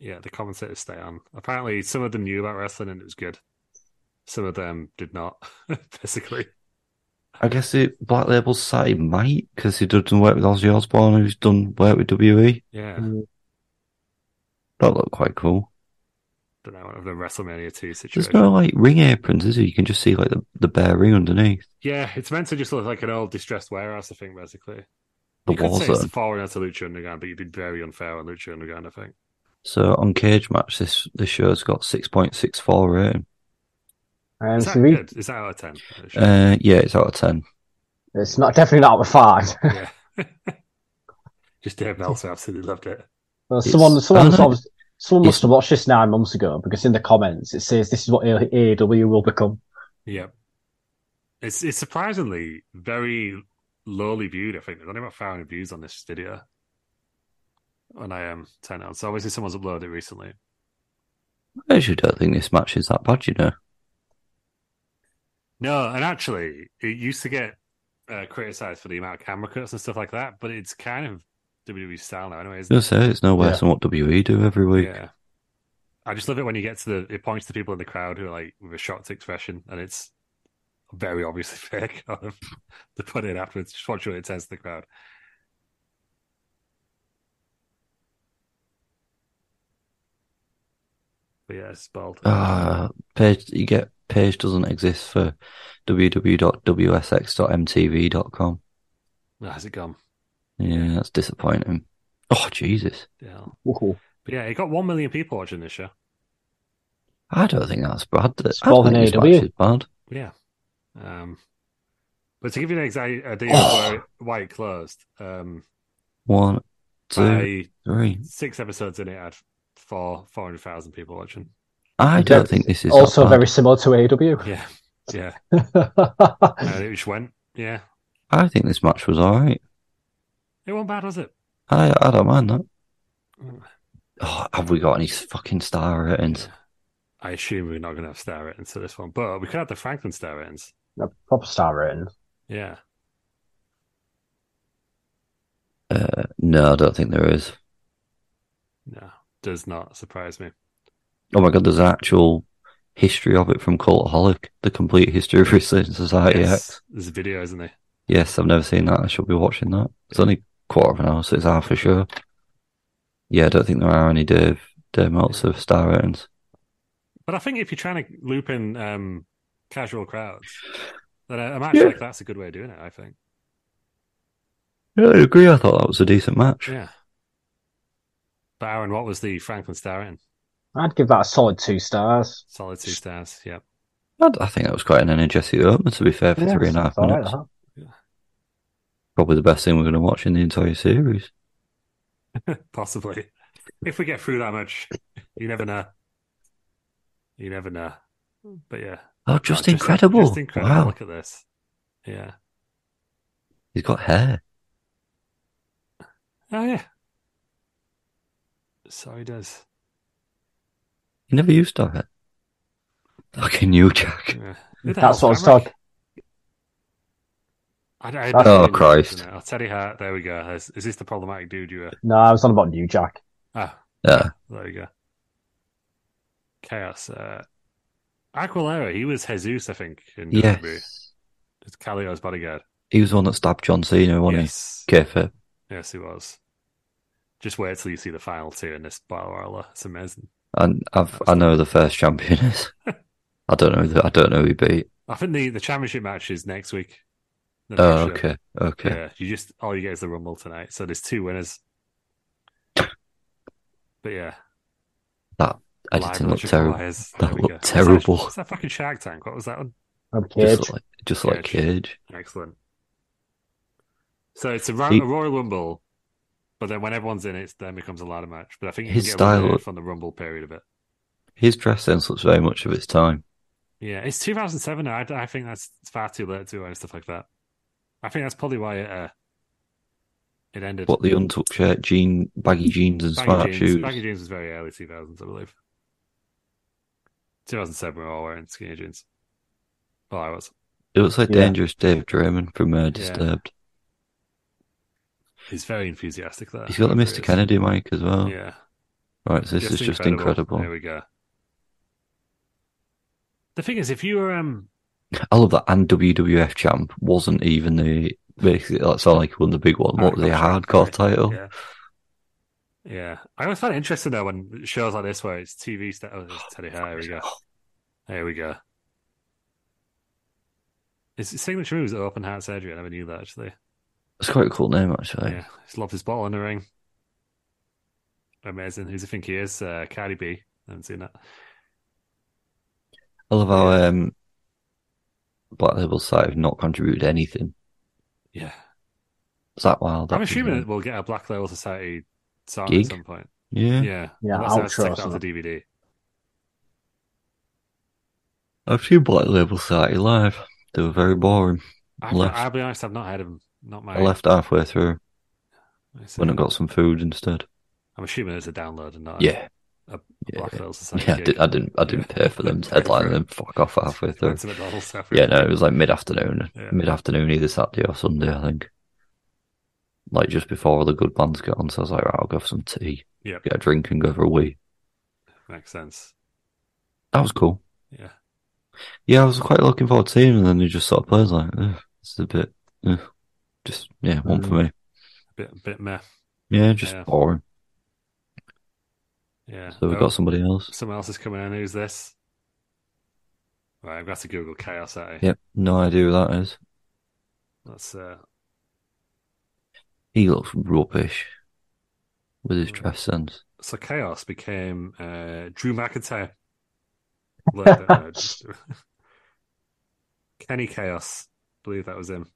[SPEAKER 3] Yeah, the commentators stay on. Apparently, some of them knew about wrestling and it was good. Some of them did not. Basically,
[SPEAKER 4] I guess the Black Label Society might because he done work with Ozzy Osbourne, who's done work with WE.
[SPEAKER 3] yeah.
[SPEAKER 5] Mm.
[SPEAKER 4] That looked quite cool.
[SPEAKER 3] Don't know of the WrestleMania two
[SPEAKER 4] There's
[SPEAKER 3] situation.
[SPEAKER 4] no like ring aprons, is there? You can just see like the, the bare ring underneath
[SPEAKER 3] Yeah, it's meant to just look like an old distressed warehouse. I think basically.
[SPEAKER 4] the
[SPEAKER 3] you could
[SPEAKER 4] war
[SPEAKER 3] say it's
[SPEAKER 4] zone.
[SPEAKER 3] a foreigner to Lucha Underground, but you'd be very unfair on Lucha Underground, I think.
[SPEAKER 4] So on Cage Match, this this show's got six point six four rating.
[SPEAKER 5] Um,
[SPEAKER 3] Is
[SPEAKER 5] so
[SPEAKER 3] that
[SPEAKER 5] we-
[SPEAKER 3] good? Is that out of 10?
[SPEAKER 4] Uh, yeah, it's out of ten.
[SPEAKER 5] it's not definitely not out of five.
[SPEAKER 3] yeah. Just Dave Meltzer absolutely loved it.
[SPEAKER 5] Well,
[SPEAKER 4] It's-
[SPEAKER 5] someone, someone,
[SPEAKER 4] I don't know.
[SPEAKER 5] must have- someone
[SPEAKER 4] It's-
[SPEAKER 5] must have watched this nine months ago because in the comments it says this is what AEW will become.
[SPEAKER 3] Yep. It's it's surprisingly very lowly viewed, I think. There's only about 500 views on this video. When I um, turn it on. So obviously someone's uploaded it recently.
[SPEAKER 4] I actually don't think this match is that bad, you know.
[SPEAKER 3] No, and actually, it used to get uh, criticized for the amount of camera cuts and stuff like that, but it's kind of WWE style now, anyway, isn't it?
[SPEAKER 4] You'll say it's no worse than
[SPEAKER 5] Yeah.
[SPEAKER 4] what WE do every week.
[SPEAKER 3] Yeah. I just love it when you get to the it points to people in the crowd who are like with a shocked expression and it's very obviously fake kind of to put in afterwards. Just watch what it says to the crowd. But yeah, it's bald.
[SPEAKER 4] Ah, page you get page doesn't exist for www.wsx.mtv.com.
[SPEAKER 3] Ah, has it gone?
[SPEAKER 4] Yeah, that's disappointing. Oh Jesus,
[SPEAKER 3] Yeah.
[SPEAKER 5] Whoa.
[SPEAKER 3] But yeah, it got one million people watching this show.
[SPEAKER 4] I don't think that's bad.
[SPEAKER 5] It's
[SPEAKER 4] I don't
[SPEAKER 5] more than
[SPEAKER 4] think this
[SPEAKER 5] AEW.
[SPEAKER 4] match is bad.
[SPEAKER 3] Yeah. Um but to give you an exact idea of
[SPEAKER 4] Oh.
[SPEAKER 3] where it- why it closed, um
[SPEAKER 4] One, two,
[SPEAKER 3] by
[SPEAKER 4] three.
[SPEAKER 3] six episodes in it had four four hundred thousand people watching.
[SPEAKER 4] I
[SPEAKER 5] And
[SPEAKER 4] don't
[SPEAKER 5] that-
[SPEAKER 4] think this is
[SPEAKER 5] also
[SPEAKER 4] that bad.
[SPEAKER 5] very similar to AEW.
[SPEAKER 3] Yeah, yeah.
[SPEAKER 5] I
[SPEAKER 3] And it just went. Yeah,
[SPEAKER 4] I think this match was all right.
[SPEAKER 3] it wasn't bad, was it?
[SPEAKER 4] I I don't mind that.
[SPEAKER 3] Mm.
[SPEAKER 4] Oh, have we got any fucking star ratings?
[SPEAKER 3] I assume we're not going to have star ratings to this one, but we could have the Franklin star ratings.
[SPEAKER 5] Proper star rating.
[SPEAKER 3] Yeah,
[SPEAKER 4] Uh, no, I don't think there is.
[SPEAKER 3] no, does not surprise me.
[SPEAKER 4] Oh my god, there's an actual history of it from Cultaholic, the complete history of Wrestling Society X.
[SPEAKER 3] there's a video, isn't there?
[SPEAKER 4] Yes, I've never seen that. I should be watching that. It's only quarter of an hour, so it's half a show. Yeah, I don't think there are any Dave Dave Meltzer star ratings.
[SPEAKER 3] But I think if you're trying to loop in um, casual crowds, then I, I'm actually
[SPEAKER 4] Yeah.
[SPEAKER 3] like that's a good way of doing it. I think.
[SPEAKER 4] Yeah, I agree. I thought that was a decent match.
[SPEAKER 3] Yeah. But Aaron, what was the Franklin star in?
[SPEAKER 5] I'd give that a solid two stars.
[SPEAKER 3] Solid two stars. Yeah.
[SPEAKER 4] I, I think that was quite an energetic opener, to be fair, for
[SPEAKER 5] Yeah,
[SPEAKER 4] three and a half
[SPEAKER 5] it's all right,
[SPEAKER 4] minutes.
[SPEAKER 5] huh?
[SPEAKER 4] Probably the best thing we're going to watch in the entire series.
[SPEAKER 3] Possibly. If we get through that much, you never know. You never know. But yeah.
[SPEAKER 4] Oh, just
[SPEAKER 3] No,
[SPEAKER 4] incredible.
[SPEAKER 3] Just incredible.
[SPEAKER 4] Wow.
[SPEAKER 3] Look at this. Yeah.
[SPEAKER 4] He's got hair.
[SPEAKER 3] Oh, yeah. So he does.
[SPEAKER 4] He never used to have it. Fucking you, Jack.
[SPEAKER 3] Yeah. Who the
[SPEAKER 5] That's
[SPEAKER 3] hell's
[SPEAKER 5] what I was
[SPEAKER 3] Hamrick?
[SPEAKER 5] talking.
[SPEAKER 3] I, I, I
[SPEAKER 4] Oh, Christ.
[SPEAKER 3] I'll tell you how. There we go. Is, is this the problematic dude you were?
[SPEAKER 5] No, I was on about New Jack.
[SPEAKER 3] Ah,
[SPEAKER 4] Yeah.
[SPEAKER 3] There you go. Chaos. Uh, Aquilera, he was Jesus, I think, in WWE.
[SPEAKER 4] Yes.
[SPEAKER 3] It's Calio's bodyguard.
[SPEAKER 4] He was the one that stabbed John Cena, wasn't
[SPEAKER 3] Yes.
[SPEAKER 4] he? uh, Kayfabe.
[SPEAKER 3] Yes, he was. Just wait till you see the final two in this battle royal. It's amazing.
[SPEAKER 4] And I've I know who the first champion is. I don't know. who the- I don't know who he beat.
[SPEAKER 3] I think the, the championship match is next week. The
[SPEAKER 4] Oh,
[SPEAKER 3] next show.
[SPEAKER 4] okay, okay.
[SPEAKER 3] Yeah, you just all you get is the rumble tonight. So there's two winners. But yeah,
[SPEAKER 4] That
[SPEAKER 3] live
[SPEAKER 4] editing looked
[SPEAKER 3] electrical
[SPEAKER 4] terrible.
[SPEAKER 3] wires.
[SPEAKER 4] That
[SPEAKER 3] There we
[SPEAKER 4] looked
[SPEAKER 3] go. What's
[SPEAKER 4] terrible.
[SPEAKER 3] That, what's that fucking Shark Tank? What was that one?
[SPEAKER 5] Rob Cage.
[SPEAKER 4] Just like, just like
[SPEAKER 3] Cage.
[SPEAKER 4] Cage.
[SPEAKER 3] Excellent. So it's a, ra-
[SPEAKER 4] He-
[SPEAKER 3] a Royal Rumble, but then when everyone's in it, it then becomes a ladder match. But I think you
[SPEAKER 4] His
[SPEAKER 3] can get
[SPEAKER 4] style-
[SPEAKER 3] style from the Rumble period of it.
[SPEAKER 4] His dress sense looks very much of its time.
[SPEAKER 3] Yeah, it's 2007 now. I, I think that's it's far too late to and stuff like that. I think that's probably why it, uh, it ended.
[SPEAKER 4] What the untucked shirt, jean, baggy jeans, and smart
[SPEAKER 3] baggy jeans.
[SPEAKER 4] shoes.
[SPEAKER 3] Baggy jeans was very early 2000s, I believe. 2007, we were all wearing skinny jeans. Well, I was.
[SPEAKER 4] It looks like
[SPEAKER 5] Yeah.
[SPEAKER 4] dangerous Dave Draymond from uh, Disturbed.
[SPEAKER 3] He's very enthusiastic there.
[SPEAKER 4] He's got the
[SPEAKER 3] Whoever
[SPEAKER 4] Mr.
[SPEAKER 3] he is.
[SPEAKER 4] Kennedy mic as well.
[SPEAKER 3] Yeah.
[SPEAKER 4] Right, so this is just incredible.
[SPEAKER 3] There we go. The thing is, if you were um,
[SPEAKER 4] I love that. And WWF champ wasn't even the basically that's not like he won the big one. What was the hardcore
[SPEAKER 3] champ, right?
[SPEAKER 4] title?
[SPEAKER 3] Yeah. Yeah. I always find it interesting though when shows like this where it's TV stuff. Oh, there's Teddy Hart. Here we go. Here we go. His signature move is open heart surgery. I never knew that actually.
[SPEAKER 4] It's quite a cool name actually.
[SPEAKER 3] Yeah. He's lobbed his ball in the ring. Amazing. Who's I think he is? Uh, Cardi B. I haven't seen that.
[SPEAKER 4] I love how um, Black Label side have not contributed anything.
[SPEAKER 3] Yeah.
[SPEAKER 4] Is that wild?
[SPEAKER 3] I'm
[SPEAKER 4] That's
[SPEAKER 3] assuming that
[SPEAKER 4] amazing.
[SPEAKER 3] we'll get a Black Label Society song
[SPEAKER 4] Gig?
[SPEAKER 3] at some point.
[SPEAKER 4] Yeah.
[SPEAKER 3] Yeah.
[SPEAKER 5] Yeah,
[SPEAKER 3] Unless that's
[SPEAKER 5] outro or
[SPEAKER 3] taken off the
[SPEAKER 5] something.
[SPEAKER 3] DVD.
[SPEAKER 4] I've seen Black Label Society live. They were very boring.
[SPEAKER 3] I've
[SPEAKER 4] Left.
[SPEAKER 3] not, I'll be honest, I've not heard of him. Not my.
[SPEAKER 4] I left halfway through
[SPEAKER 3] I see.
[SPEAKER 4] when I got some food instead.
[SPEAKER 3] I'm assuming it's a download and not a-
[SPEAKER 4] Yeah,
[SPEAKER 3] a
[SPEAKER 4] yeah.
[SPEAKER 3] Black Label Society.
[SPEAKER 4] yeah. I,
[SPEAKER 3] gig.
[SPEAKER 4] did, I didn't. I didn't pay for them to
[SPEAKER 3] Pay
[SPEAKER 4] headline
[SPEAKER 3] for it.
[SPEAKER 4] them. Fuck off halfway through.
[SPEAKER 3] Went to McDonald's after
[SPEAKER 4] Yeah,
[SPEAKER 3] it.
[SPEAKER 4] no, it was like mid afternoon,
[SPEAKER 3] Yeah.
[SPEAKER 4] mid afternoon either Saturday or Sunday, I think. Like just before all the good bands get on, so I was like, right, I'll go for some tea,
[SPEAKER 3] Yeah,
[SPEAKER 4] get a drink, and go for a wee.
[SPEAKER 3] makes sense.
[SPEAKER 4] That was cool.
[SPEAKER 3] Yeah,
[SPEAKER 4] Yeah, I was quite looking forward to seeing, him, and then he just sort of plays like, "Ugh, this is a bit, ugh." just yeah, one for me.
[SPEAKER 3] a bit, bit meh.
[SPEAKER 4] Yeah, just
[SPEAKER 3] Mm. Yeah.
[SPEAKER 4] boring.
[SPEAKER 3] Yeah.
[SPEAKER 4] So we
[SPEAKER 3] Oh,
[SPEAKER 4] got somebody else.
[SPEAKER 3] Someone else is coming in. Who's this? Right, I've got to Google Chaos Society.
[SPEAKER 4] Yep, no idea who that is.
[SPEAKER 3] That's uh,
[SPEAKER 4] He looks rubbish with
[SPEAKER 3] Mm.
[SPEAKER 4] his dress sense.
[SPEAKER 3] so Chaos became uh, Drew McIntyre. Look, I don't know, just- Kenny Chaos, believe that was him.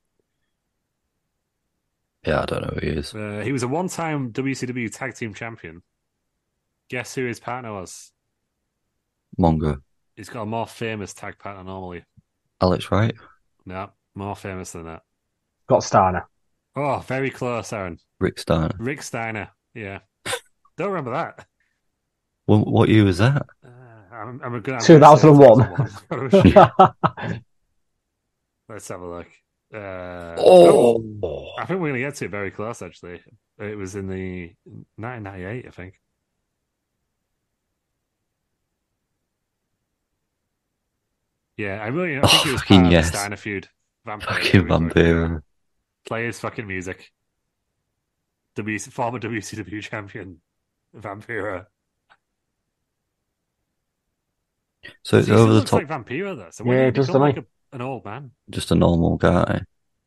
[SPEAKER 4] Yeah, I don't know who he is.
[SPEAKER 3] Uh, he was a one-time WCW Tag Team Champion. Guess who his partner was?
[SPEAKER 4] Mongo,
[SPEAKER 3] He's got a more famous tag partner normally.
[SPEAKER 4] Alex Wright.
[SPEAKER 3] No, more famous than that.
[SPEAKER 5] Got Starner.
[SPEAKER 3] Oh, very close, Aaron.
[SPEAKER 4] Rick Steiner.
[SPEAKER 3] Rick Steiner. Yeah. Don't remember that.
[SPEAKER 4] Wha- What year was that?
[SPEAKER 3] Uh, I'm, I'm a good. I'm
[SPEAKER 5] 2001.
[SPEAKER 3] gonna say 2001. Let's have a look. Uh,
[SPEAKER 4] Oh,
[SPEAKER 3] I think we're going to get to it very close, actually. It was in the 1998, I think. Yeah, I really I think
[SPEAKER 4] Oh,
[SPEAKER 3] it was
[SPEAKER 4] fucking
[SPEAKER 3] part of the
[SPEAKER 4] yes.
[SPEAKER 3] Steiner feud. Vampire.
[SPEAKER 4] fucking
[SPEAKER 3] feud, right?
[SPEAKER 4] vampire.
[SPEAKER 3] Play his fucking music. W- former WCW champion Vampira.
[SPEAKER 4] So it's
[SPEAKER 3] He still
[SPEAKER 4] over the
[SPEAKER 3] looks
[SPEAKER 4] top,
[SPEAKER 3] like Vampira though. So
[SPEAKER 5] Yeah,
[SPEAKER 3] yeah,
[SPEAKER 5] it does,
[SPEAKER 3] does like
[SPEAKER 5] doesn't
[SPEAKER 3] a, an old man.
[SPEAKER 4] just a normal guy.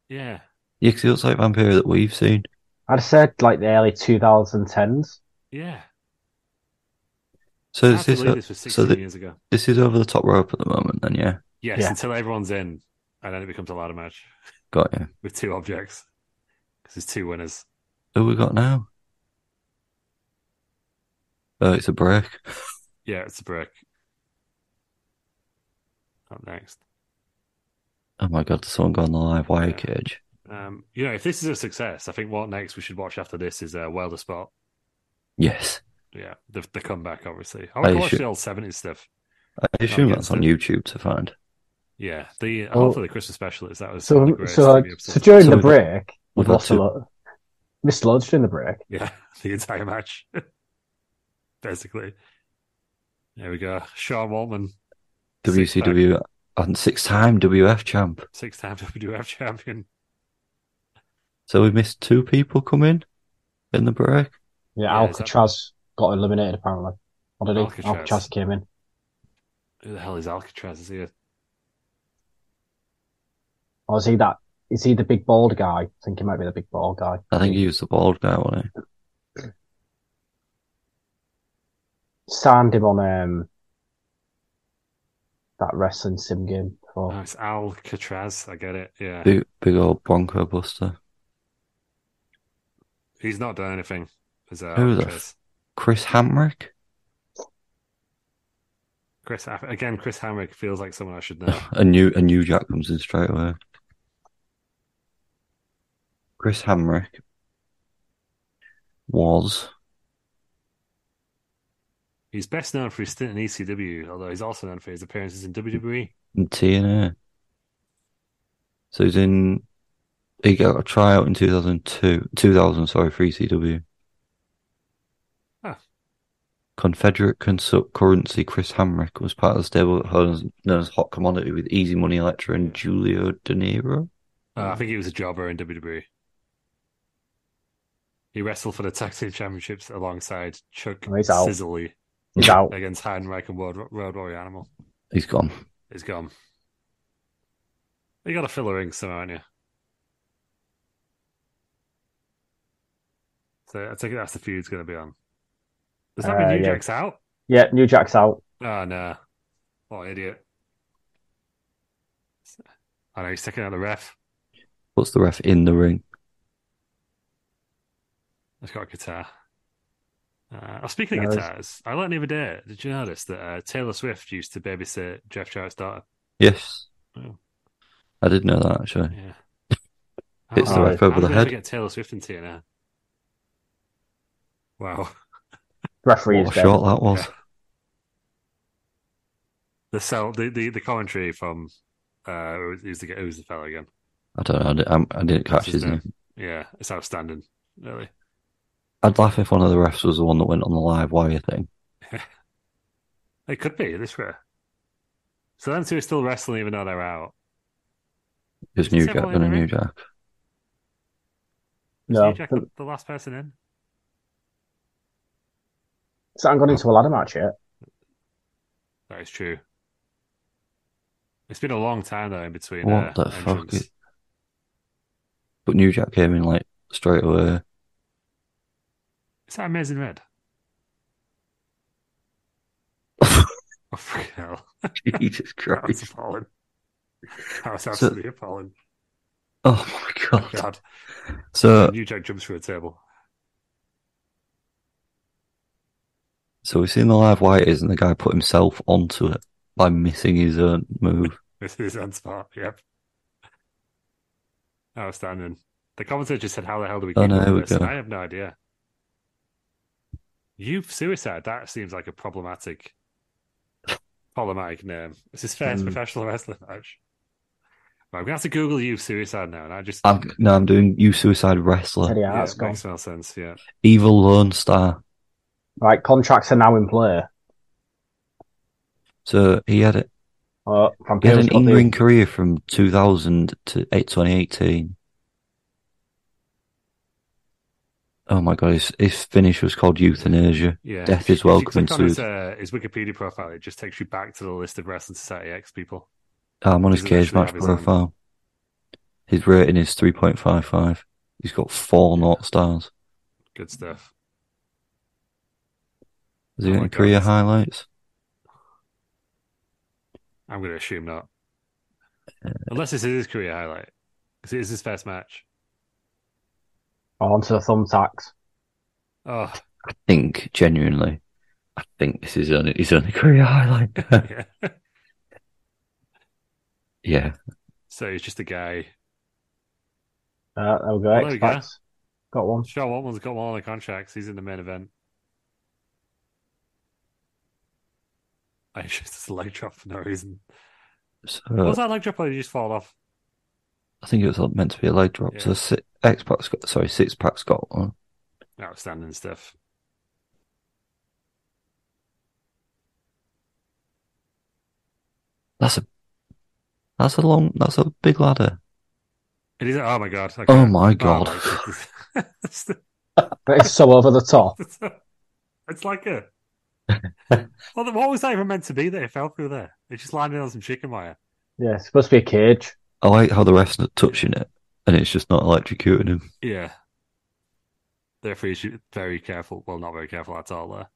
[SPEAKER 3] Yeah,
[SPEAKER 4] Yeah, 'cause he looks like Vampiro that we've seen.
[SPEAKER 5] I'd said like the early 2010s.
[SPEAKER 3] yeah.
[SPEAKER 4] So
[SPEAKER 3] I
[SPEAKER 4] is
[SPEAKER 3] have to
[SPEAKER 4] this,
[SPEAKER 3] believe
[SPEAKER 4] o-
[SPEAKER 3] this was
[SPEAKER 4] so
[SPEAKER 3] 16
[SPEAKER 4] thi-
[SPEAKER 3] years ago.
[SPEAKER 4] this is over the top rope at the moment, then, yeah.
[SPEAKER 3] Yes,
[SPEAKER 5] Yeah.
[SPEAKER 3] until everyone's in, and then it becomes a ladder match
[SPEAKER 4] Got you.
[SPEAKER 3] with two objects because there's two winners.
[SPEAKER 4] Who we got now? Oh, it's a break.
[SPEAKER 3] Yeah, it's a break. Up next.
[SPEAKER 4] Oh my god, does someone go on the live wire cage?
[SPEAKER 3] Um, you know, if this is a success, I think what next we should watch after this is uh, Welder Spot.
[SPEAKER 4] Yes.
[SPEAKER 3] Yeah, the, the comeback, obviously. I want
[SPEAKER 4] Are
[SPEAKER 3] to
[SPEAKER 4] Oh, you
[SPEAKER 3] watch
[SPEAKER 4] sure?
[SPEAKER 3] the old 70s stuff.
[SPEAKER 4] I assume
[SPEAKER 3] yeah,
[SPEAKER 4] that's
[SPEAKER 3] so-
[SPEAKER 4] on YouTube to find.
[SPEAKER 3] Yeah, the
[SPEAKER 5] Oh.
[SPEAKER 3] hopefully the Christmas special is that was the
[SPEAKER 5] So,
[SPEAKER 3] greatest
[SPEAKER 5] so,
[SPEAKER 3] TV
[SPEAKER 5] like,
[SPEAKER 3] episode.
[SPEAKER 5] so during
[SPEAKER 4] So
[SPEAKER 5] the
[SPEAKER 4] we've got-
[SPEAKER 5] break,
[SPEAKER 4] we've
[SPEAKER 5] we've
[SPEAKER 4] got
[SPEAKER 5] lost a
[SPEAKER 4] two-
[SPEAKER 5] lot. Missed loads during the break.
[SPEAKER 3] yeah, the entire match, basically. There we go. Sean Waltman, Six-pack.
[SPEAKER 4] WCW and six time WF champ.
[SPEAKER 3] six-time WWF champion.
[SPEAKER 4] So we missed two people come in in the break.
[SPEAKER 5] Yeah,
[SPEAKER 3] Yeah, is that-
[SPEAKER 5] Alcatraz got eliminated apparently. What did he?
[SPEAKER 3] Alcatraz.
[SPEAKER 5] Alcatraz. came in.
[SPEAKER 3] Who the hell is Alcatraz? Is he a...
[SPEAKER 5] Or is he that? Is he the big bald guy? I think he might be the big bald guy.
[SPEAKER 4] I think he was the bald guy, wasn't he?
[SPEAKER 5] signed him on um that wrestling sim game before.
[SPEAKER 3] Oh, it's Alcatraz. I get it. Yeah,
[SPEAKER 4] Big, big old Bronco Buster.
[SPEAKER 3] he's not done anything. Is uh,
[SPEAKER 4] Who the
[SPEAKER 3] Alcatraz.
[SPEAKER 4] f- Chris Hamrick?
[SPEAKER 3] Chris again. Chris Hamrick feels like someone I should know.
[SPEAKER 4] A new a new Jack comes in straight away. Chris Hamrick was
[SPEAKER 3] He's best known for his stint in ECW, although he's also known for his appearances in E. WWE.
[SPEAKER 4] in TNA. So he's in he got a tryout in 2002, 2000, sorry, for E ECW.
[SPEAKER 3] Huh.
[SPEAKER 4] Confederate consult currency Chris Hamrick was part of the stable known as Hot Commodity with Easy Money Electra and Julio De Niro.
[SPEAKER 3] Uh, I think he was a jobber in WWE. He wrestled for the tag team championships alongside Chuck
[SPEAKER 5] Oh, he's out.
[SPEAKER 3] Sizzley
[SPEAKER 5] He's out.
[SPEAKER 3] against Heidenreich and World, World Warrior Animal.
[SPEAKER 4] He's gone.
[SPEAKER 3] He's gone. You got a filler ring somewhere, aren't you? So I take it that's the feud's going to be on. Does that
[SPEAKER 5] Uh,
[SPEAKER 3] mean New
[SPEAKER 5] yeah.
[SPEAKER 3] Jack's out?
[SPEAKER 5] Yeah, New Jack's out.
[SPEAKER 3] Oh no. What an idiot. I know he's taking out the ref.
[SPEAKER 4] Puts the ref in the ring.
[SPEAKER 3] He's got a guitar. Uh, oh, speaking of
[SPEAKER 5] Nice.
[SPEAKER 3] guitars, I learned the other day, did you notice that uh, Taylor Swift used to babysit Jeff Jarrett's daughter?
[SPEAKER 4] Yes.
[SPEAKER 3] Oh.
[SPEAKER 4] I did know that actually.
[SPEAKER 3] Yeah. Oh,
[SPEAKER 4] Hits
[SPEAKER 5] the
[SPEAKER 4] ref over
[SPEAKER 3] I'm
[SPEAKER 4] the
[SPEAKER 3] gonna
[SPEAKER 4] head.
[SPEAKER 3] get Taylor Swift in TNA. Wow.
[SPEAKER 5] Referee
[SPEAKER 4] What
[SPEAKER 5] is
[SPEAKER 4] a
[SPEAKER 5] dead.
[SPEAKER 4] shot that was.
[SPEAKER 3] The cell, the, the, the commentary from, uh, who's who's the, who's the fellow again?
[SPEAKER 4] I don't know. I didn't, I didn't catch
[SPEAKER 3] his
[SPEAKER 4] his
[SPEAKER 3] name?
[SPEAKER 4] name.
[SPEAKER 3] Yeah, it's outstanding, really.
[SPEAKER 4] I'd laugh if one of the refs was the one that went on the live wire thing.
[SPEAKER 3] It could be this way. So them two are still wrestling even though they're out.
[SPEAKER 4] Because
[SPEAKER 3] Did you
[SPEAKER 4] New
[SPEAKER 3] say
[SPEAKER 4] Jack
[SPEAKER 3] one
[SPEAKER 4] and a
[SPEAKER 3] in the
[SPEAKER 4] New
[SPEAKER 3] ring?
[SPEAKER 4] Jack.
[SPEAKER 3] Is
[SPEAKER 5] No,
[SPEAKER 3] New Jack
[SPEAKER 5] but-
[SPEAKER 3] the last person in?
[SPEAKER 5] It's not gone into a ladder match yet.
[SPEAKER 3] That is true. It's been a long time though in between.
[SPEAKER 4] What
[SPEAKER 3] uh,
[SPEAKER 4] the fuck
[SPEAKER 3] entrants.
[SPEAKER 4] is- But New Jack came in like straight away.
[SPEAKER 3] Is that Amazing Red? oh, freaking hell.
[SPEAKER 4] Jesus
[SPEAKER 3] That was
[SPEAKER 4] Christ.
[SPEAKER 3] appalling. That was absolutely appalling.
[SPEAKER 4] Oh my god.
[SPEAKER 3] God.
[SPEAKER 4] So
[SPEAKER 3] New Jack jumps through a table.
[SPEAKER 4] so we've seen the live wires and the guy put himself onto it by missing his own move.
[SPEAKER 3] This is on spot. Yep. Outstanding. The commentator just said, "How the hell do we
[SPEAKER 4] Oh,
[SPEAKER 3] keep
[SPEAKER 4] no,
[SPEAKER 3] up
[SPEAKER 4] here we
[SPEAKER 3] with this?"
[SPEAKER 4] go.
[SPEAKER 3] I have no idea. Youth suicide. That seems like a problematic, problematic name. This is first
[SPEAKER 5] Hmm.
[SPEAKER 3] professional wrestling match. Right, I'm gonna have to Google youth suicide now, and I just
[SPEAKER 4] I'm no, I'm doing you suicide wrestler.
[SPEAKER 5] Teddy
[SPEAKER 3] yeah,
[SPEAKER 5] Hart's gone.
[SPEAKER 3] makes no sense. Yeah,
[SPEAKER 4] Evil Lone Star.
[SPEAKER 5] Right, contracts are now in play.
[SPEAKER 4] So he had a,
[SPEAKER 5] Oh,
[SPEAKER 4] he had
[SPEAKER 5] Vampira's
[SPEAKER 4] an
[SPEAKER 5] got
[SPEAKER 4] in
[SPEAKER 5] the
[SPEAKER 4] ring career from 2000 to eight- 2018. Oh my god, his, his finish was called euthanasia.
[SPEAKER 3] Yeah.
[SPEAKER 4] Death is
[SPEAKER 3] If you
[SPEAKER 4] welcome and
[SPEAKER 3] click on his,
[SPEAKER 4] soothe.
[SPEAKER 3] uh, his Wikipedia profile, it just takes you back to the list of Wrestling Society X people.
[SPEAKER 4] I'm on his
[SPEAKER 3] doesn't
[SPEAKER 4] cage
[SPEAKER 3] actually
[SPEAKER 4] match
[SPEAKER 3] have his own.
[SPEAKER 4] profile. His rating is 3.55. He's got four not stars.
[SPEAKER 3] Good stuff.
[SPEAKER 4] Is he
[SPEAKER 3] Oh
[SPEAKER 4] got
[SPEAKER 3] my
[SPEAKER 4] any career
[SPEAKER 3] God.
[SPEAKER 4] highlights?
[SPEAKER 3] I'm going to assume not.
[SPEAKER 4] Uh,
[SPEAKER 3] Unless this is his career highlight, because it is his first match.
[SPEAKER 5] Onto the thumbtacks.
[SPEAKER 3] Oh,
[SPEAKER 4] I think, genuinely, I think this is only, his only career highlight.
[SPEAKER 3] yeah.
[SPEAKER 4] yeah.
[SPEAKER 3] so he's just a guy.
[SPEAKER 5] Uh, there we go.
[SPEAKER 3] There we go.
[SPEAKER 5] X-Facts. Got one.
[SPEAKER 3] Sure, one one's got one on the contracts. He's in the main event. I just a leg drop for no reason.
[SPEAKER 4] So
[SPEAKER 3] What was that leg drop? Or did he just fall off?
[SPEAKER 4] I think it was meant to be a leg drop. So
[SPEAKER 3] Yeah.
[SPEAKER 4] six, X Pac's got, sorry, six Pac's got one.
[SPEAKER 3] Outstanding stuff.
[SPEAKER 4] That's a, that's a long, that's a big ladder.
[SPEAKER 3] It is. Oh my god. I
[SPEAKER 4] Oh
[SPEAKER 3] can't-
[SPEAKER 4] my god.
[SPEAKER 3] my goodness.
[SPEAKER 5] But it's so over the top.
[SPEAKER 3] it's like a. well, then what was that even meant to be that it fell through there? It just landed on some chicken wire.
[SPEAKER 5] Yeah, it's supposed to be a cage.
[SPEAKER 4] I like how the ref's not touching it and it's just not electrocuting him.
[SPEAKER 3] Yeah. Therefore, you should be very careful. Well, not very careful at all there.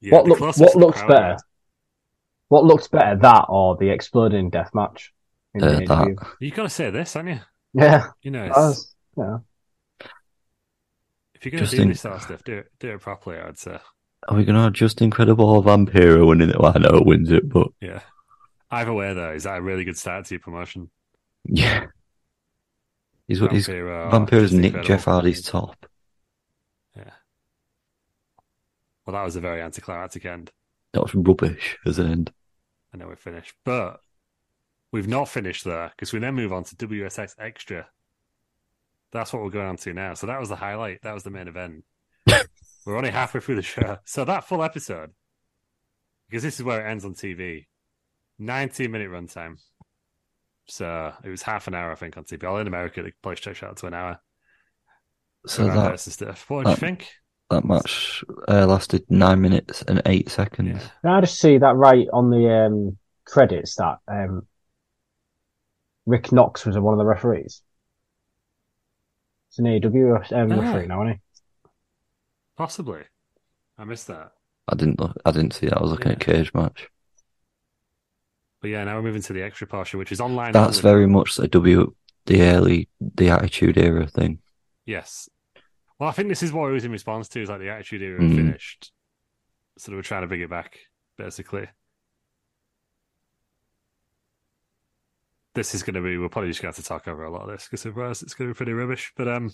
[SPEAKER 3] Yeah,
[SPEAKER 5] What
[SPEAKER 3] the
[SPEAKER 5] look-
[SPEAKER 3] closest
[SPEAKER 5] what
[SPEAKER 3] to the
[SPEAKER 5] looks
[SPEAKER 3] crowd
[SPEAKER 5] better?
[SPEAKER 3] was-
[SPEAKER 5] What looked better, that or the exploding death match? in the
[SPEAKER 4] Uh, that.
[SPEAKER 5] interview?
[SPEAKER 3] You gotta say this, haven't you?
[SPEAKER 5] Yeah,
[SPEAKER 3] You know,
[SPEAKER 5] that
[SPEAKER 3] it's-
[SPEAKER 5] was- yeah.
[SPEAKER 3] if you're gonna
[SPEAKER 4] Just
[SPEAKER 3] do
[SPEAKER 4] think-
[SPEAKER 3] this sort of stuff, do it, do it properly. I'd say.
[SPEAKER 4] Are we going to have just incredible or Vampiro winning it? Well, I know it wins it, but
[SPEAKER 3] Yeah. Either way, though, is that a really good start to your promotion?
[SPEAKER 4] yeah. He's, he's
[SPEAKER 3] Vampiro,
[SPEAKER 4] Vampiro's
[SPEAKER 3] just
[SPEAKER 4] Nick
[SPEAKER 3] incredible.
[SPEAKER 4] Jeff Hardy's top.
[SPEAKER 3] Well, that was a very anticlimactic end.
[SPEAKER 4] That was rubbish as an end.
[SPEAKER 3] I know we're finished, but we've not finished there because we then move on to WSX Extra. That's what we're going on to now. So that was the highlight. That was the main event. we're only halfway through the show, so that full episode, because this is where it ends on TV, nineteen minute runtime. So it was half an hour, I think, on TV. All in America, the place stretched out to an hour.
[SPEAKER 4] So
[SPEAKER 3] around
[SPEAKER 4] that,
[SPEAKER 3] there, some stuff. What do you
[SPEAKER 4] that-
[SPEAKER 3] think?
[SPEAKER 4] that match uh, lasted nine minutes and eight seconds.
[SPEAKER 3] Yeah.
[SPEAKER 5] Can I just see that right on the um, credits that um, Rick Knox was one of the referees? It's an AEW um,
[SPEAKER 3] Ah.
[SPEAKER 5] referee now, isn't
[SPEAKER 3] Possibly. I missed that.
[SPEAKER 4] I didn't look. I didn't see that. I was looking at cage match.
[SPEAKER 3] But yeah, now we're moving to the extra portion, which is online.
[SPEAKER 4] That's
[SPEAKER 3] only.
[SPEAKER 4] very much a W the early the Attitude Era thing.
[SPEAKER 3] Yes. Well, I think this is what it was in response to, is like the attitude era
[SPEAKER 4] Mm.
[SPEAKER 3] finished. So they were trying to bring it back, basically. This is going to be, we're probably just going to have to talk over a lot of this because otherwise it's going to be pretty rubbish. But um,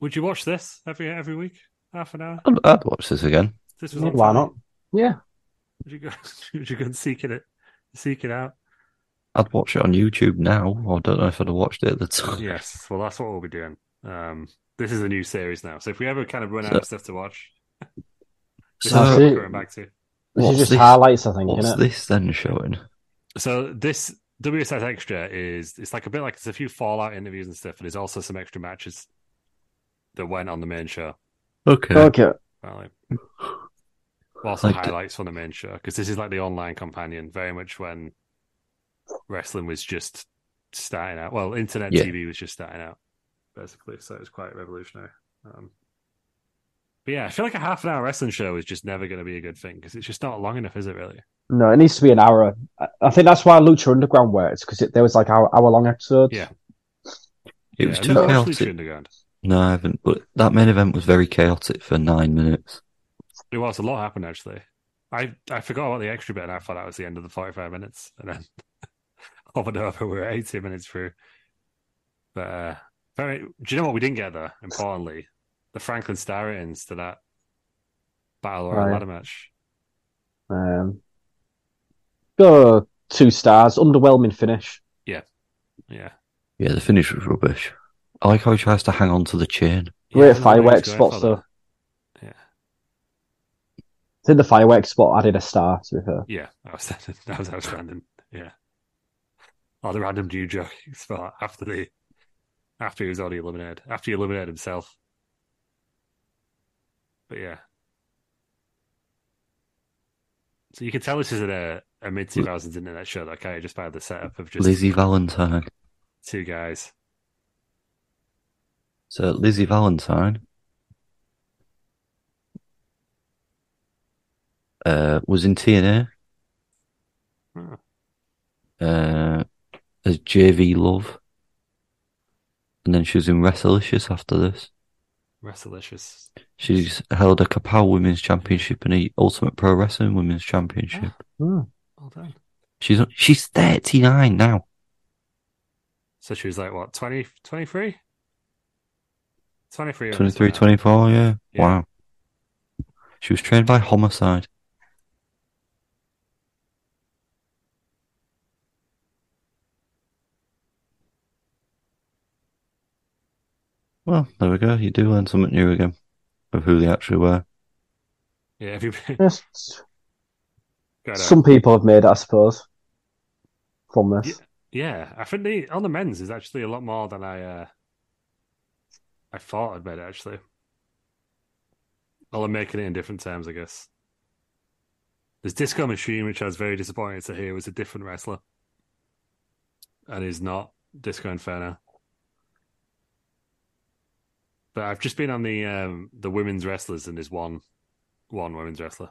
[SPEAKER 3] would you watch this every every week, half an hour?
[SPEAKER 4] I'd, I'd watch this again.
[SPEAKER 3] This
[SPEAKER 5] he?
[SPEAKER 3] on
[SPEAKER 5] Why
[SPEAKER 3] TV.
[SPEAKER 5] not? Yeah.
[SPEAKER 3] Would you go? Would you go and seek it? Seek it out?
[SPEAKER 4] I'd watch it on YouTube now. I don't know if I'd have watched it at the time.
[SPEAKER 3] Yes. Well, that's what we'll be doing. Um, this is a new series now, so if we ever kind of run out
[SPEAKER 4] So-
[SPEAKER 3] of stuff to watch, this is
[SPEAKER 4] So-
[SPEAKER 3] what
[SPEAKER 5] Absolutely.
[SPEAKER 3] we're going back to.
[SPEAKER 5] This
[SPEAKER 4] What's
[SPEAKER 5] is just
[SPEAKER 4] this?
[SPEAKER 5] highlights, I think,
[SPEAKER 4] What's
[SPEAKER 5] innit?
[SPEAKER 4] this then showing?
[SPEAKER 3] So this WSS Extra is it's like a bit like it's a few Fallout interviews and stuff, but there's also some extra matches that went on the main show.
[SPEAKER 4] Okay.
[SPEAKER 5] Okay.
[SPEAKER 3] Apparently. Well, some
[SPEAKER 4] Like- uh,
[SPEAKER 3] highlights from the main show because this is like the online companion, very much when wrestling was just starting out. Well, internet
[SPEAKER 4] Yeah.
[SPEAKER 3] TV was just starting out, basically. So it was quite revolutionary. Um, but yeah, I feel like a half an hour wrestling show is just never going to be a good thing because it's just not long enough, is it? Really?
[SPEAKER 5] No, it needs to be an hour. I- I think that's why Lucha Underground works because there was like hour, hour long episodes.
[SPEAKER 3] Yeah.
[SPEAKER 4] It
[SPEAKER 3] Yeah,
[SPEAKER 4] was
[SPEAKER 3] I've
[SPEAKER 4] too
[SPEAKER 3] never watched Lucha
[SPEAKER 4] chaotic.
[SPEAKER 3] Underground.
[SPEAKER 4] No, I haven't. But that main event was very chaotic for nine minutes.
[SPEAKER 3] It was a lot happened actually. I I forgot about the extra bit, and I thought that was the end of the forty-five minutes, and then over and over we were eighty minutes through. But uh, very, do you know what we didn't get there? Importantly, the Franklin Star ins to that battle royal
[SPEAKER 5] Right.
[SPEAKER 3] ladder match.
[SPEAKER 5] Um, go two stars. Underwhelming finish.
[SPEAKER 3] Yeah,
[SPEAKER 4] Yeah, the finish was rubbish. I like how he tries to hang on to the chain.
[SPEAKER 3] Yeah, I don't
[SPEAKER 5] Great
[SPEAKER 3] know where he was
[SPEAKER 5] fireworks
[SPEAKER 3] going
[SPEAKER 5] spots
[SPEAKER 3] for
[SPEAKER 5] though.
[SPEAKER 3] that.
[SPEAKER 5] I think the fireworks spot added a star, to be fair.
[SPEAKER 3] Yeah, that was outstanding. That was outstanding. Yeah. or Oh, the random New Jack spot after the after he was already eliminated, after he eliminated himself. But yeah, so you can tell this is a a mid two thousands internet show, that kind of just by the setup of just
[SPEAKER 4] Lizzie Valentine.
[SPEAKER 3] two guys.
[SPEAKER 4] So Lizzie Valentine uh, was in TNA
[SPEAKER 3] Hmm.
[SPEAKER 4] uh, as JV Love, and then she was in Wrestlelicious after this.
[SPEAKER 3] Wrestlelicious.
[SPEAKER 4] She's held a Kapow Women's Championship and a Ultimate Pro Wrestling Women's Championship.
[SPEAKER 5] Hmm.
[SPEAKER 3] Well done.
[SPEAKER 4] She's she's thirty nine now.
[SPEAKER 3] So she was like what 20, 23? 23 when this
[SPEAKER 4] 23,
[SPEAKER 3] went out.
[SPEAKER 4] 24, yeah.
[SPEAKER 3] Yeah.
[SPEAKER 4] Wow. She was trained by Homicide. Well, there we go. You do learn something new again of who they actually were.
[SPEAKER 3] Yeah, have you
[SPEAKER 5] Yes,
[SPEAKER 3] got
[SPEAKER 5] some people have made it, I suppose, from this.
[SPEAKER 3] Yeah, I think the on the men's is actually a lot more than I uh, I thought I'd bet actually. Well, I'm making it in different terms, I guess. There's Disco Machine, which I was very disappointed to hear was a different wrestler, and is not Disco Inferno. But I've just been on the um, the women's wrestlers, and there's one one women's wrestler.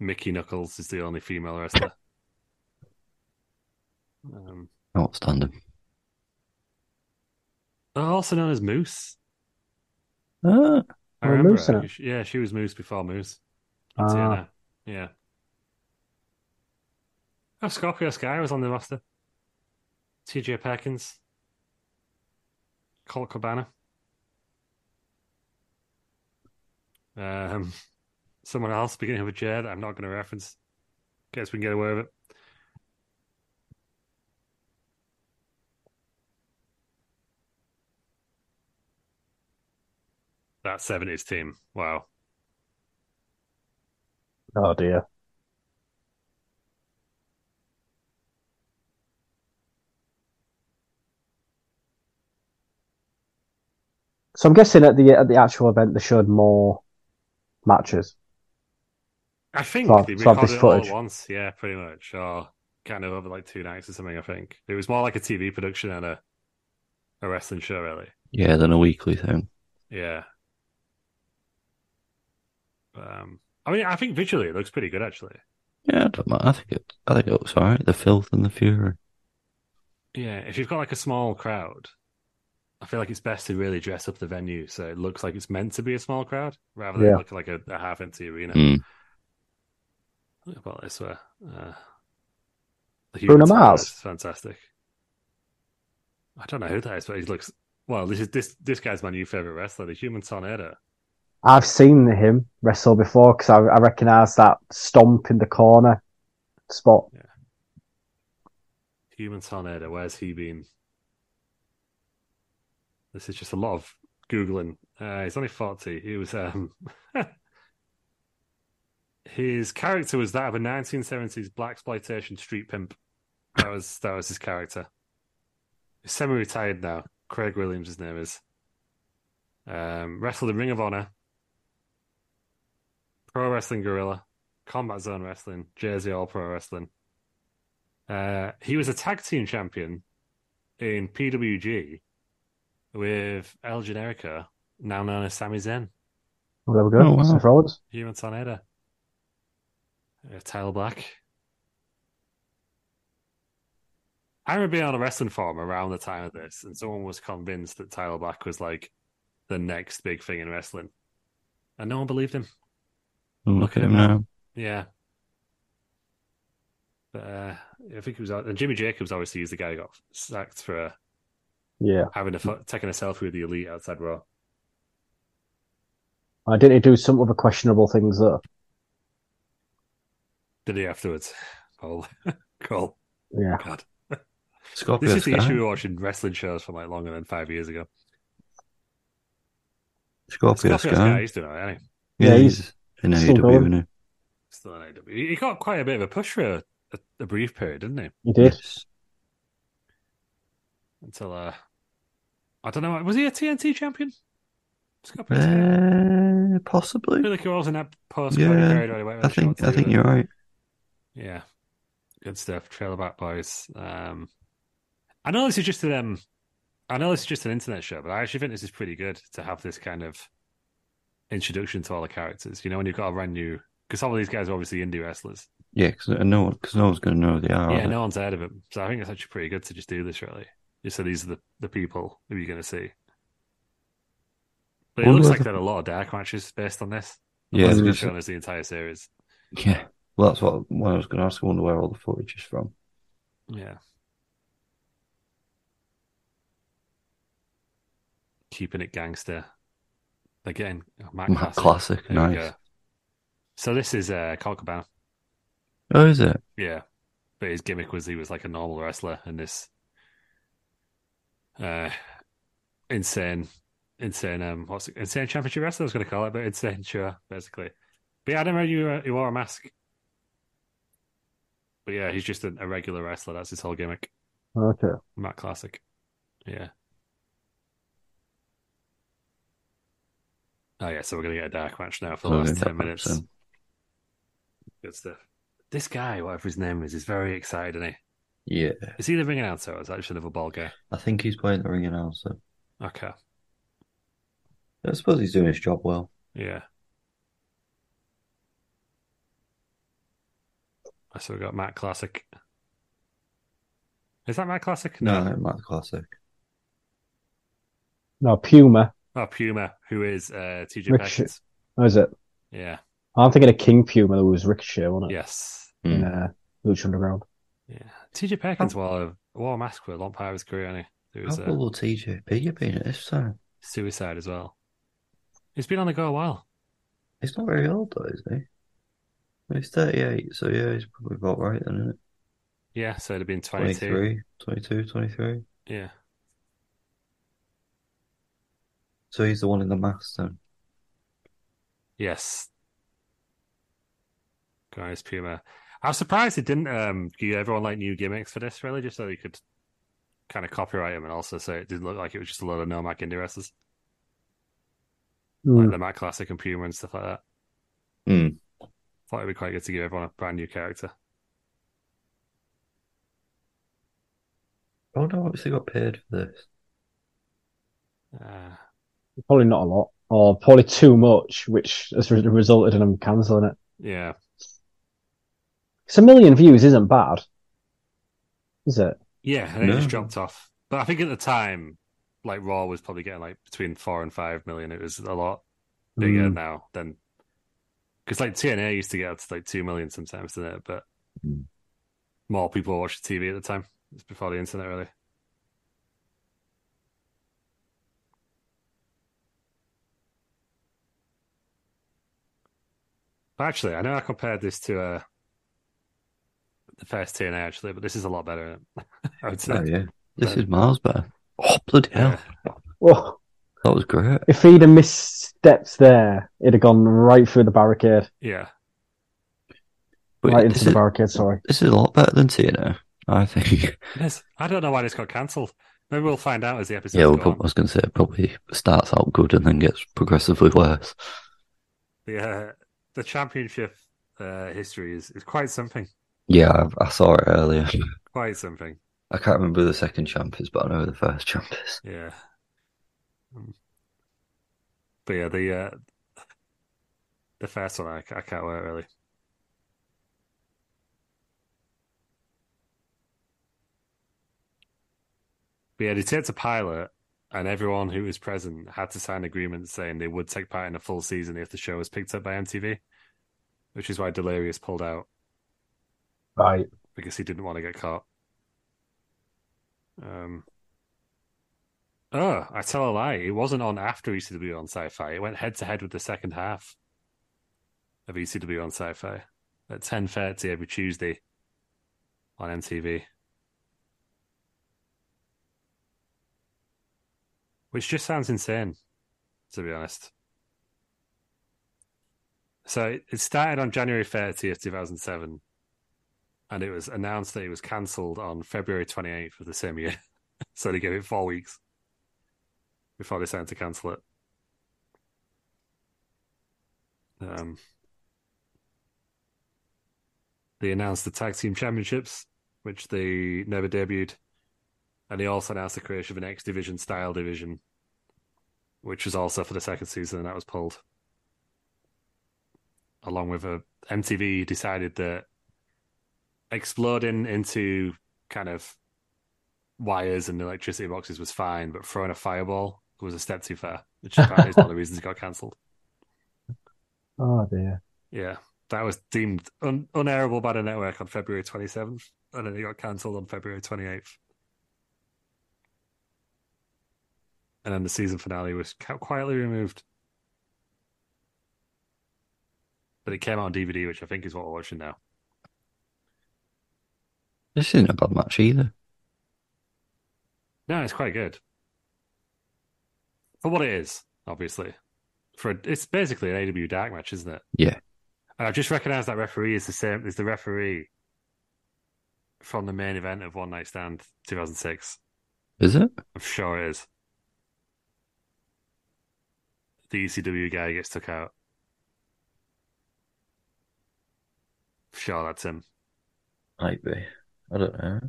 [SPEAKER 3] Mickey Knuckles is the only female wrestler. Um,
[SPEAKER 4] Outstanding.
[SPEAKER 3] Oh, also known as Moose.
[SPEAKER 4] Ah,
[SPEAKER 3] I
[SPEAKER 5] Oh,
[SPEAKER 3] remember
[SPEAKER 5] Moose,
[SPEAKER 3] her.
[SPEAKER 5] innit?
[SPEAKER 3] Yeah, she was Moose before Moose.
[SPEAKER 5] Ah.
[SPEAKER 3] TNA. Yeah. Oh, Scorpio Sky was on the roster. TJ Perkins. Colt Cabana. Um, someone else beginning with a J that I'm not going to reference. Guess we can get away with it. That 70s team. Wow.
[SPEAKER 5] Oh dear. So I'm guessing at the at the actual event they showed more matches.
[SPEAKER 3] I think
[SPEAKER 5] Slab-
[SPEAKER 3] they
[SPEAKER 5] slab
[SPEAKER 3] recorded
[SPEAKER 5] this
[SPEAKER 3] it all at
[SPEAKER 5] footage.
[SPEAKER 3] once. Yeah, pretty much. Or kind of over like two nights or something. I think it was more like a TV production and a a wrestling show, really.
[SPEAKER 4] yeah, then a weekly thing.
[SPEAKER 3] Yeah. But, um, I mean, I think visually it looks pretty good, actually.
[SPEAKER 4] Yeah, I don't mind. I think it, I think it looks alright. The Filth and the Fury.
[SPEAKER 3] Yeah, if you've got like a small crowd, I feel like it's best to really dress up the venue so it looks like it's meant to be a small crowd rather than
[SPEAKER 5] Yeah.
[SPEAKER 3] look like a, a half empty arena.
[SPEAKER 4] Mm.
[SPEAKER 3] Look about this way. Uh, the
[SPEAKER 5] Bruno
[SPEAKER 3] Human
[SPEAKER 5] Mars.
[SPEAKER 3] Tower is fantastic. I don't know who that is, but he looks. Well, this is this this guy's my new favorite wrestler, the Human Tornado.
[SPEAKER 5] I've seen him wrestle before because I, I recognise that stomp in the corner spot.
[SPEAKER 3] Human Tornado. Where's he been? This is just a lot of googling. Uh, he's only forty. He was. Um, his character was that of a 1970s black exploitation street pimp. That was that was his character. He's semi-retired now. Craig Williams, his name is. Um, wrestled in Ring of Honor, Pro Wrestling Guerrilla, Combat Zone Wrestling, Jersey All Pro Wrestling. Uh, he was a tag team champion in PWG with El Generico, now known as Sami Zayn,
[SPEAKER 5] Well, there we go.
[SPEAKER 4] Oh, wow.
[SPEAKER 5] Some frauds.
[SPEAKER 3] Human Tornado, uh, Tyler Black. I remember being on a wrestling forum around the time of this, and someone was convinced that Tyler Black was like the next big thing in wrestling, and no one believed him.
[SPEAKER 4] Look at him now.
[SPEAKER 3] Yeah. But uh, I think it was and Jimmy Jacobs obviously is the guy who got sacked for uh,
[SPEAKER 5] Yeah.
[SPEAKER 3] having a fo- taking a selfie with the elite outside Raw.
[SPEAKER 5] I didn't he do some other questionable things though.
[SPEAKER 3] The day afterwards, Cole, Cole,
[SPEAKER 5] Yeah.
[SPEAKER 3] God,
[SPEAKER 4] Scorpio
[SPEAKER 3] this is the
[SPEAKER 4] Sky.
[SPEAKER 3] issue with watching wrestling shows from like longer than five years ago.
[SPEAKER 4] Scorpio
[SPEAKER 3] Scorpio
[SPEAKER 4] Sky.
[SPEAKER 3] Sky, he's doing all right. ain't he?
[SPEAKER 5] Yeah, he's
[SPEAKER 4] in
[SPEAKER 5] still
[SPEAKER 4] AEW,
[SPEAKER 5] going.
[SPEAKER 4] isn't he?
[SPEAKER 3] Still in AEW. He got quite a bit of a push for a, a, a brief period, didn't he?
[SPEAKER 5] He did.
[SPEAKER 4] Yes.
[SPEAKER 3] until uh, I don't know. Was he a TNT champion? Scorpio TNT?
[SPEAKER 4] Uh,
[SPEAKER 3] I
[SPEAKER 4] possibly.
[SPEAKER 3] feel like he was in that post
[SPEAKER 4] Yeah,
[SPEAKER 3] period anyway. with
[SPEAKER 4] I
[SPEAKER 3] the
[SPEAKER 4] think
[SPEAKER 3] short
[SPEAKER 4] I think
[SPEAKER 3] sleeve.
[SPEAKER 4] you're right.
[SPEAKER 3] Yeah. Good stuff. Trailer Back Boys. Um, I know this is just an um, I know this is just an internet show, but I actually think this is pretty good to have this kind of introduction to all the characters. You know, when you've got a brand new because some of these guys are obviously indie wrestlers.
[SPEAKER 4] Yeah, because no, because no one's going to know who they are.
[SPEAKER 3] yeah,
[SPEAKER 4] are they?
[SPEAKER 3] no one's heard of them, so I think it's actually pretty good to just do this. Really, just so these are the the people who you're going to see. But it
[SPEAKER 4] Well,
[SPEAKER 3] looks
[SPEAKER 4] well,
[SPEAKER 3] like
[SPEAKER 4] the-
[SPEAKER 3] there are a lot of dark matches based on this.
[SPEAKER 4] Yeah,
[SPEAKER 3] it's
[SPEAKER 4] there
[SPEAKER 3] been
[SPEAKER 4] is-
[SPEAKER 3] shown as the entire series.
[SPEAKER 4] yeah. Well, that's what, what I was going to ask. I wonder where all the footage is from.
[SPEAKER 3] Yeah. Keeping it gangster. Again, oh, Matt,
[SPEAKER 4] Matt
[SPEAKER 3] Classic.
[SPEAKER 4] Classic,
[SPEAKER 3] There we
[SPEAKER 4] nice.
[SPEAKER 3] go. So this is uh, Colt Cabana.
[SPEAKER 4] Oh, is it?
[SPEAKER 3] Yeah. But his gimmick was he was like a normal wrestler and this uh insane insane um what's it insane championship wrestler I was gonna call it, but insane sure, basically. But yeah, I don't know you uh, he wore a mask. But yeah, he's just an, a regular wrestler, that's his whole gimmick.
[SPEAKER 5] Okay.
[SPEAKER 3] Matt Classic. Yeah. Oh yeah, so we're gonna get a dark match now for the
[SPEAKER 4] Oh,
[SPEAKER 3] last
[SPEAKER 4] yeah,
[SPEAKER 3] ten
[SPEAKER 4] that
[SPEAKER 3] minutes.
[SPEAKER 4] makes sense.
[SPEAKER 3] Good stuff. This guy, whatever his name is, is very excited, isn't he?
[SPEAKER 4] Yeah,
[SPEAKER 3] Is he the ring announcer or is that just another ball guy?
[SPEAKER 4] I think he's playing the ring announcer.
[SPEAKER 3] Okay.
[SPEAKER 4] I suppose he's doing his job well.
[SPEAKER 3] Yeah. So we got Matt Classic. Is that Matt Classic?
[SPEAKER 4] No, Matt Classic.
[SPEAKER 5] No, Puma.
[SPEAKER 3] Oh, Puma, who is uh, TJ
[SPEAKER 5] Ricochet.
[SPEAKER 3] Perkins.
[SPEAKER 5] How is it?
[SPEAKER 3] Yeah.
[SPEAKER 5] I'm thinking of King Puma, who was Ricochet, wasn't it?
[SPEAKER 3] Yes.
[SPEAKER 5] In uh, Lucha Underground.
[SPEAKER 3] Yeah. TJ Perkins wore a, wore a mask for a long part of his career, and he It
[SPEAKER 4] How
[SPEAKER 3] was
[SPEAKER 4] cool
[SPEAKER 3] uh,
[SPEAKER 4] will TJP have been at this time?
[SPEAKER 3] suicide as well. He's been on the go a while.
[SPEAKER 4] He's not very old though, is he? He's 38, so yeah, he's probably about right then, isn't it?
[SPEAKER 3] Yeah, so it'd have been 22.
[SPEAKER 4] 23, 22, 23.
[SPEAKER 3] Yeah.
[SPEAKER 4] So he's the one in the mask then.
[SPEAKER 3] Yes. Guys, Puma. I was surprised it didn't um, give everyone like new gimmicks for this, really, just so they could kind of copyright him and also so it didn't look like it was just a load of nomad indie wrestlers, like
[SPEAKER 5] Mm.
[SPEAKER 3] the Matt Classic and Puma and stuff like that.
[SPEAKER 4] Hmm.
[SPEAKER 3] Thought it'd be quite good to give everyone a brand new character.
[SPEAKER 4] Oh no, obviously got paid for this.
[SPEAKER 3] Uh,
[SPEAKER 5] Probably not a lot, or probably too much, which has re- resulted in him cancelling it.
[SPEAKER 3] yeah.
[SPEAKER 5] Because a million views isn't bad, is it?
[SPEAKER 3] Yeah, and it just
[SPEAKER 4] No.
[SPEAKER 3] dropped off. But I think at the time, like Raw was probably getting like between four and five million. It was a lot bigger
[SPEAKER 5] Mm.
[SPEAKER 3] now than because like TNA used to get up to like two million sometimes, didn't it? But
[SPEAKER 4] Mm.
[SPEAKER 3] more people were watching TV at the time. It's before the internet, really. Actually, I know I compared this to uh, the first TNA actually, but this is a lot better. Isn't it? I would say.
[SPEAKER 4] Oh yeah. This
[SPEAKER 3] But-
[SPEAKER 4] is miles better. Oh bloody hell.
[SPEAKER 5] Well,
[SPEAKER 4] That was great.
[SPEAKER 5] if he'd have misstepped there, it'd have gone right through the barricade,
[SPEAKER 3] Yeah,
[SPEAKER 4] But
[SPEAKER 5] right
[SPEAKER 4] this
[SPEAKER 5] into the
[SPEAKER 4] is-
[SPEAKER 5] barricade. Sorry.
[SPEAKER 4] This is a lot better than TNA, I think.
[SPEAKER 3] it is. I don't know why this got cancelled. Maybe we'll find out as the episode
[SPEAKER 4] Yeah, well,
[SPEAKER 3] goes
[SPEAKER 4] prob- I was going to say it probably starts out good and then gets progressively worse.
[SPEAKER 3] The uh, the championship uh, history is, is quite something.
[SPEAKER 4] Yeah, I, I saw it earlier.
[SPEAKER 3] Quite something.
[SPEAKER 4] I can't remember who the second champ is, but I know who the first champ is.
[SPEAKER 3] Yeah. Um, But yeah, the uh, the first one I, I can't wait really. But yeah, they takes a pilot, and everyone who was present had to sign agreements saying they would take part in a full season if the show was picked up by MTV, which is why Delirious pulled out
[SPEAKER 5] Right.
[SPEAKER 3] because he didn't want to get caught. Um. Oh, I tell a lie. It wasn't on after ECW on Sci-Fi. It went head to head with the second half of ECW on Sci-Fi at ten thirty every Tuesday on MTV. Which just sounds insane, to be honest. So it- it started on January 30th, 2007 and it was announced that it was cancelled on February 28th of the same year. so they gave it four weeks before they decided to cancel it. Um, they announced the tag team championships, which they never debuted, and they also announced the creation of an X Division style division, which was also for the second season, and that was pulled. Along with uh, a MTV decided that exploding into kind of wires and electricity boxes was fine, but throwing a fireball was a step too far, which apparently is one of the reasons it got cancelled.
[SPEAKER 5] Oh dear.
[SPEAKER 3] Yeah, that was deemed un- unairable by the network on February 27th, and then it got cancelled on February 28th. And then the season finale was ca- quietly removed. But it came out on DVD, which I think is what we're watching now.
[SPEAKER 4] This isn't a bad match either.
[SPEAKER 3] No, it's quite good. For what it is, obviously. For a, it's basically an AW dark match, isn't it?
[SPEAKER 4] Yeah.
[SPEAKER 3] And I've just recognised that referee is the same as the referee from the main event of One Night Stand 2006.
[SPEAKER 4] Is it?
[SPEAKER 3] I'm sure it is. The ECW guy gets took out. Sure, that's him.
[SPEAKER 4] Might be. I don't know.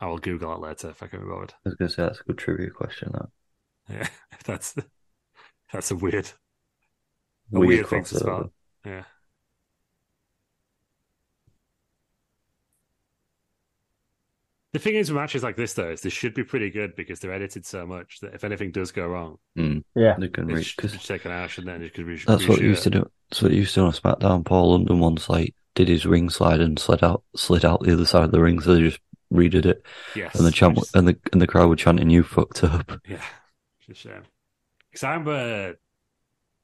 [SPEAKER 3] I will Google it later if I can be bothered.
[SPEAKER 4] I was going to say that's a good trivia question. That
[SPEAKER 3] Yeah, that's that's a weird, a weird, thing to spot.
[SPEAKER 4] crossover.
[SPEAKER 3] Yeah. The thing is, with matches like this, though, is they should be pretty good because they're edited so much that if anything does go wrong,
[SPEAKER 4] Mm,
[SPEAKER 5] Yeah.
[SPEAKER 4] they can
[SPEAKER 3] it's
[SPEAKER 4] reach
[SPEAKER 3] should be
[SPEAKER 4] 'cause
[SPEAKER 3] taken out, shouldn't it? It could be
[SPEAKER 4] that's what you used to
[SPEAKER 3] reshoot
[SPEAKER 4] do. That's what you used to do on SmackDown. Paul London once like did his ring slide and slid out, slid out the other side of the ring, so they just redid it,
[SPEAKER 3] it. Yes.
[SPEAKER 4] and the chant
[SPEAKER 3] which is-
[SPEAKER 4] and the and the crowd were chanting, "You fucked up."
[SPEAKER 3] Yeah, it's a shame. Because I remember,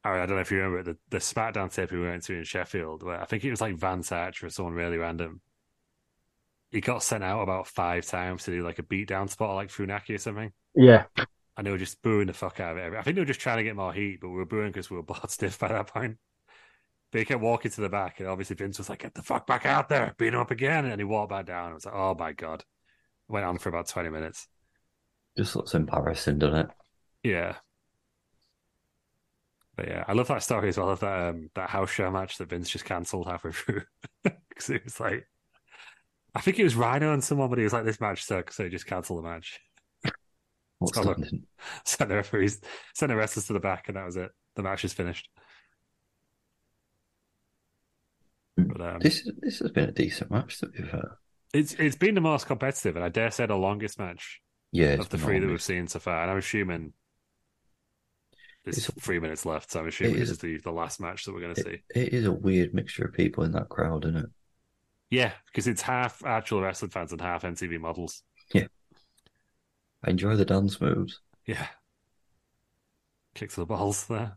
[SPEAKER 3] oh, I I don't know if you remember the, the SmackDown tape we went to in Sheffield, where I think it was like Vance Archer or someone really random. He got sent out about five times to do like a beatdown spot, like Funaki or something.
[SPEAKER 5] Yeah.
[SPEAKER 3] And they were just booing the fuck out of it. I think they were just trying to get more heat, but we were booing because we were bored stiff by that point. But he kept walking to the back, and obviously Vince was like, "Get the fuck back out there, beat him up again." And he walked back down. I was like, "Oh my god!" Went on for about twenty minutes.
[SPEAKER 4] Just looks embarrassing, doesn't it?
[SPEAKER 3] Yeah. But yeah, I love that story as well of that um, that house show match that Vince just cancelled halfway through because it was like, I think it was Rhino and someone, but he was like, "This match sucks," so he just cancelled the match.
[SPEAKER 4] What's
[SPEAKER 3] Hold on.
[SPEAKER 4] happening?
[SPEAKER 3] sent the referees, sent the wrestlers to the back, and that was it. The match is finished. But um,
[SPEAKER 4] This is- this has been a decent match to be fair.
[SPEAKER 3] it's it's been the most competitive, and I dare say the longest match
[SPEAKER 4] Yeah, it's
[SPEAKER 3] of the
[SPEAKER 4] been
[SPEAKER 3] three that we've
[SPEAKER 4] almost-
[SPEAKER 3] seen so far. And I'm assuming there's
[SPEAKER 4] It's-
[SPEAKER 3] three minutes left, so I'm assuming
[SPEAKER 4] it
[SPEAKER 3] this
[SPEAKER 4] is-
[SPEAKER 3] is the, the last match that we're going to see.
[SPEAKER 4] It, it is a weird mixture of people in that crowd, isn't it?
[SPEAKER 3] Yeah, because it's half actual wrestling fans and half MTV models.
[SPEAKER 4] I enjoy the dance moves.
[SPEAKER 3] Yeah. Kick to the balls there.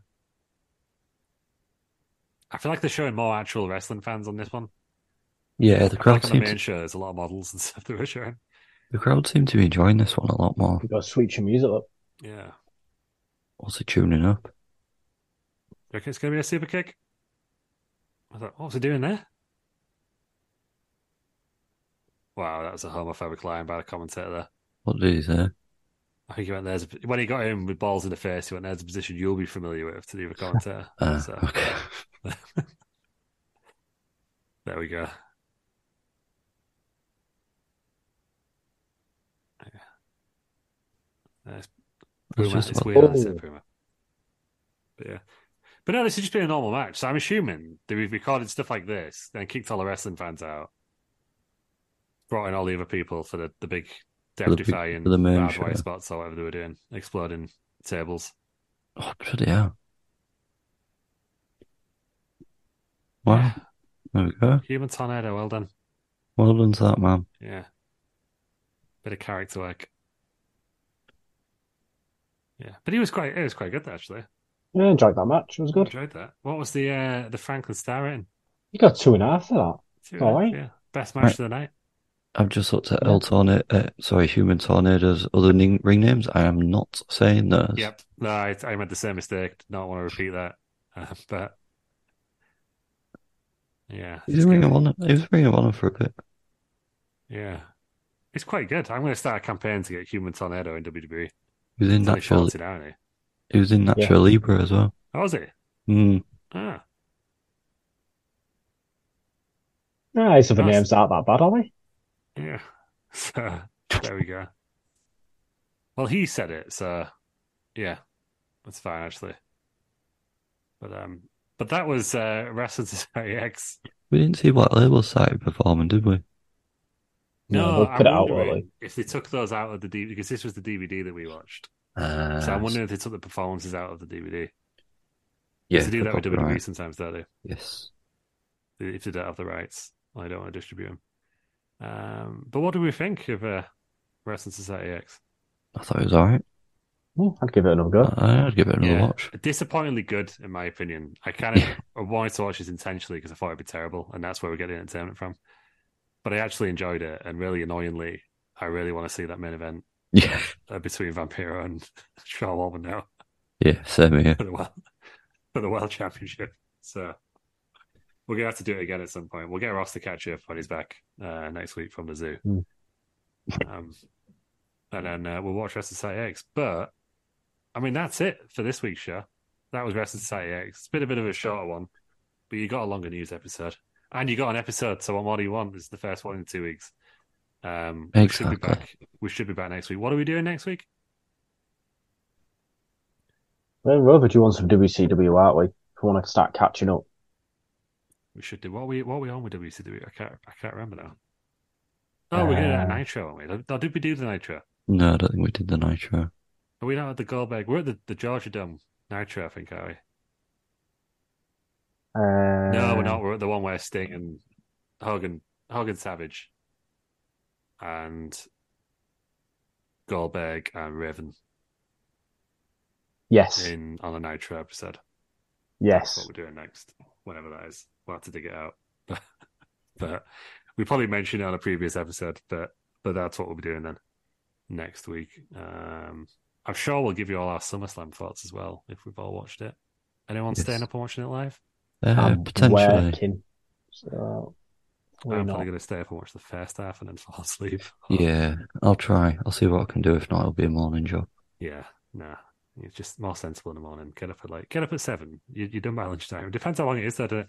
[SPEAKER 3] I feel like they're showing more actual wrestling fans on this one.
[SPEAKER 4] Yeah, the
[SPEAKER 3] I feel
[SPEAKER 4] crowd
[SPEAKER 3] like on the
[SPEAKER 4] seems
[SPEAKER 3] main show, there's a lot of models and stuff they were showing.
[SPEAKER 4] the crowd seem to be enjoying this one a lot more.
[SPEAKER 5] You gotta switch your music up.
[SPEAKER 3] Yeah.
[SPEAKER 4] Also tuning up.
[SPEAKER 3] Do you reckon it's going to be a super kick? I was like, what was he doing there? Wow, that was a homophobic line by the commentator there.
[SPEAKER 4] What did he say?
[SPEAKER 3] I think he went there's a, when he got him with balls in the face, he went there's a position you'll be familiar with to the other commentator.
[SPEAKER 4] Ah,
[SPEAKER 3] So-
[SPEAKER 4] okay.
[SPEAKER 3] There we go. That's
[SPEAKER 4] That's
[SPEAKER 3] Puma.
[SPEAKER 4] just
[SPEAKER 3] It's
[SPEAKER 4] what-
[SPEAKER 3] weird. I said
[SPEAKER 5] Oh.
[SPEAKER 3] Puma. But yeah. But no, this has just been a normal match. So I'm assuming that we've recorded stuff like this, then kicked all the wrestling fans out, brought in all the other people for the, the big
[SPEAKER 4] the
[SPEAKER 3] death
[SPEAKER 4] big-
[SPEAKER 3] defying
[SPEAKER 4] for the main
[SPEAKER 3] barbed wire
[SPEAKER 4] show.
[SPEAKER 3] spots or whatever they were doing, exploding tables.
[SPEAKER 4] Oh bloody hell. Wow. There we go.
[SPEAKER 3] Human tornado, well done.
[SPEAKER 4] Well done to that man.
[SPEAKER 3] Yeah. Bit of character work. Yeah. But he was quite it was quite good actually.
[SPEAKER 5] Yeah, I enjoyed that match. It was
[SPEAKER 3] I
[SPEAKER 5] good.
[SPEAKER 3] enjoyed that. What was the uh the Franklin Star rating?
[SPEAKER 5] You got two and a half for that.
[SPEAKER 3] Two
[SPEAKER 5] All
[SPEAKER 3] out of-
[SPEAKER 5] right.
[SPEAKER 3] Yeah. Best match of the night.
[SPEAKER 4] I've just looked at El Tornado, uh, sorry, Human Tornado's other ning- ring names. I am not saying those.
[SPEAKER 3] Yep. No, I I made the same mistake. Did not want to repeat that. Uh, but yeah.
[SPEAKER 4] He was a Ring of Honor. He was a Ring of Honor for a bit.
[SPEAKER 3] Yeah. It's quite good. I'm going to start a campaign to get Human Tornado in E. WWE.
[SPEAKER 4] He was in
[SPEAKER 3] Tony
[SPEAKER 4] Natural.
[SPEAKER 3] shouted, aren't he?
[SPEAKER 4] He was in Natural Libra as well.
[SPEAKER 3] Oh, was he?
[SPEAKER 4] Mm.
[SPEAKER 3] Ah.
[SPEAKER 5] Ah, his other
[SPEAKER 3] That's-
[SPEAKER 5] names aren't that bad, are they?
[SPEAKER 3] Yeah. So there we go. Well, he said it, so yeah, that's fine actually. But um, but that was uh, Wrestling Society X.
[SPEAKER 4] We didn't see Black Label started performing, did we?
[SPEAKER 3] No,
[SPEAKER 5] they'll
[SPEAKER 3] I'm
[SPEAKER 5] put it out,
[SPEAKER 3] wondering
[SPEAKER 5] won't
[SPEAKER 3] if they took those out of the DVD because this was the DVD that we watched.
[SPEAKER 4] Uh,
[SPEAKER 3] So I'm wondering if they took the performances out of the DVD. 'Cause
[SPEAKER 4] yeah,
[SPEAKER 3] they do that with
[SPEAKER 4] probably
[SPEAKER 3] WWE
[SPEAKER 4] right.
[SPEAKER 3] sometimes, don't they?
[SPEAKER 4] Yes.
[SPEAKER 3] If they don't have the rights, or they don't want to distribute them. Um, but what do we think of uh, Wrestling Society X?
[SPEAKER 4] I thought it was alright.
[SPEAKER 5] they? Yeah, I'd give it another go.
[SPEAKER 4] I- I'd give it another
[SPEAKER 3] Yeah.
[SPEAKER 4] watch.
[SPEAKER 3] Disappointingly good, in my opinion. I kind of I wanted to watch this intentionally because I thought it'd be terrible, and that's where we get the entertainment from. But I actually enjoyed it, and really annoyingly, I really want to see that main event
[SPEAKER 4] Yeah.
[SPEAKER 3] uh, between Vampiro and Shawn Waltman now
[SPEAKER 4] Yeah, same here.
[SPEAKER 3] for the world for the world championship. So we're gonna have to do it again at some point. We'll get Ross to catch up when he's back uh, next week from the zoo,
[SPEAKER 5] Hmm.
[SPEAKER 3] um, and then uh, we'll watch Wrestling Society X. But I mean, that's it for this week's show. That was Wrestling Society X. It's been a bit of a shorter one, but you got a longer news episode, and you got an episode. So what more do you want? This is the first one in two weeks. Um, We should be
[SPEAKER 4] Exactly.
[SPEAKER 3] back. We should be back next week. What are we doing next week?
[SPEAKER 5] Well, Rover, do you want some WCW, aren't we? If we want to start catching up.
[SPEAKER 3] We should do what are we what are we on with WCW. I can't I can't remember now. Oh, we're gonna do
[SPEAKER 5] Uh,
[SPEAKER 3] a Nitro, aren't we? Or did we do the Nitro?
[SPEAKER 4] No, I don't think we did the Nitro.
[SPEAKER 3] Are we not at the Goldberg? We're at the, the Georgia Dome Nitro, I think, are we?
[SPEAKER 5] Uh,
[SPEAKER 3] No, we're not. We're at the one where Sting and Hogan, Hogan Savage, and Goldberg and Raven
[SPEAKER 5] Yes,
[SPEAKER 3] in on a Nitro episode. That's
[SPEAKER 5] yes.
[SPEAKER 3] what we're doing next, whenever that is. We'll have to dig it out. but we probably mentioned it on a previous episode, but but that's what we'll be doing then next week. Um, I'm sure we'll give you all our SummerSlam thoughts as well if we've all watched it. Anyone
[SPEAKER 4] Yes.
[SPEAKER 3] staying up and watching it live?
[SPEAKER 4] Uh,
[SPEAKER 5] I'm
[SPEAKER 4] potentially.
[SPEAKER 5] working, so we're
[SPEAKER 3] I'm
[SPEAKER 5] not.
[SPEAKER 3] probably going to stay up and watch the first half and then fall asleep.
[SPEAKER 4] Yeah, I'll try. I'll see what I can do. If not, it'll be a morning job.
[SPEAKER 3] Yeah, nah. It's just more sensible in the morning. Get up at like get up at seven. You, you're done by lunchtime. It depends how long it is. Though, doesn't it?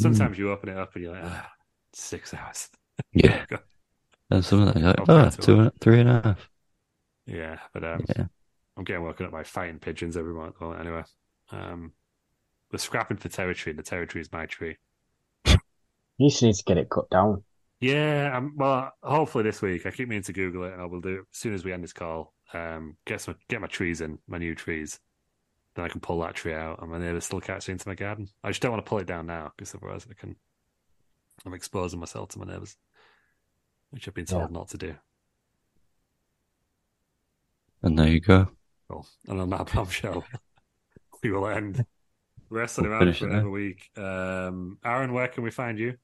[SPEAKER 3] Sometimes you open it up and you're like, ah, six hours.
[SPEAKER 4] Yeah. And some of them are like,
[SPEAKER 3] I'll try
[SPEAKER 4] oh,
[SPEAKER 3] to
[SPEAKER 4] two, and- three and a half.
[SPEAKER 3] Yeah, but um,
[SPEAKER 4] Yeah.
[SPEAKER 3] I'm getting woken up by fighting pigeons every month. Well, anyway, um, we're scrapping for territory, and the territory is my tree.
[SPEAKER 5] You just need to get it cut down.
[SPEAKER 3] Yeah, um, well, hopefully this week. I keep meaning to Google it, and I will do it as soon as we end this call. Um, get some, get my trees in, my new trees. Then I can pull that tree out, and my neighbour still catch it into my garden. I just don't want to pull it down now because otherwise I can. I'm exposing myself to my neighbours, which I've been told
[SPEAKER 5] Yeah.
[SPEAKER 3] not to do.
[SPEAKER 4] And there you go.
[SPEAKER 3] Well, and on that bombshell, we will end wrestling
[SPEAKER 4] We'll
[SPEAKER 3] around
[SPEAKER 4] finish it
[SPEAKER 3] for
[SPEAKER 4] there.
[SPEAKER 3] another week. Um, Aaron, where can we find you?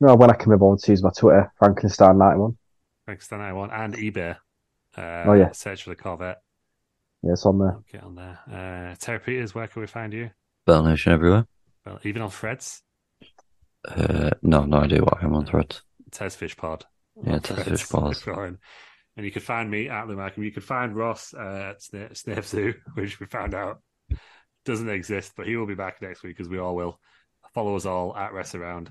[SPEAKER 5] No, when I came aboard to use my Twitter, Frankenstein91.
[SPEAKER 3] Thanks to one and eBay. Uh,
[SPEAKER 5] Oh, yeah.
[SPEAKER 3] Search for the Corvette.
[SPEAKER 5] Yeah, it's on there.
[SPEAKER 3] Get on there. Uh, Terry Peters, where can we find you?
[SPEAKER 4] Bell Nation everywhere.
[SPEAKER 3] Well, even on Threads,
[SPEAKER 4] Uh, no, no idea what I'm on threads.
[SPEAKER 3] Tez Fish Pod.
[SPEAKER 4] Yeah,
[SPEAKER 3] On
[SPEAKER 4] Tez
[SPEAKER 3] Threads,
[SPEAKER 4] Fish Pod.
[SPEAKER 3] if you're on. And you can find me at Lou Markham. You can find Ross uh, at Sna- Snape Zoo, which we found out doesn't exist, but he will be back next week as we all will. Follow us all at Rest Around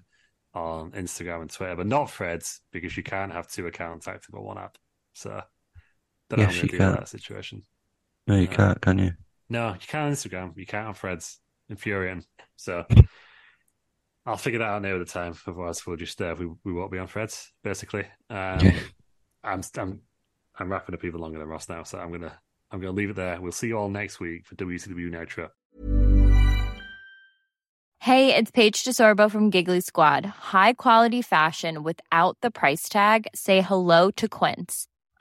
[SPEAKER 3] on Instagram and Twitter, but not Threads because you can't have two accounts active on one app. So don't know how
[SPEAKER 4] Yes,
[SPEAKER 3] I'm going to
[SPEAKER 4] you
[SPEAKER 3] deal with
[SPEAKER 4] can.
[SPEAKER 3] that situation.
[SPEAKER 4] No, you
[SPEAKER 3] Uh,
[SPEAKER 4] can't, can you?
[SPEAKER 3] No, you can't on Instagram. You can't on Fred's. Infuriating. So I'll figure that out near the time. Otherwise, we'll just uh, we we won't be on Fred's basically. Um,
[SPEAKER 4] Yeah.
[SPEAKER 3] I'm I'm I'm wrapping up even longer than Ross now, so I'm gonna I'm gonna leave it there. We'll see you all next week for WCW Nitro.
[SPEAKER 6] Hey, it's Paige DeSorbo from Giggly Squad. High quality fashion without the price tag. Say hello to Quince.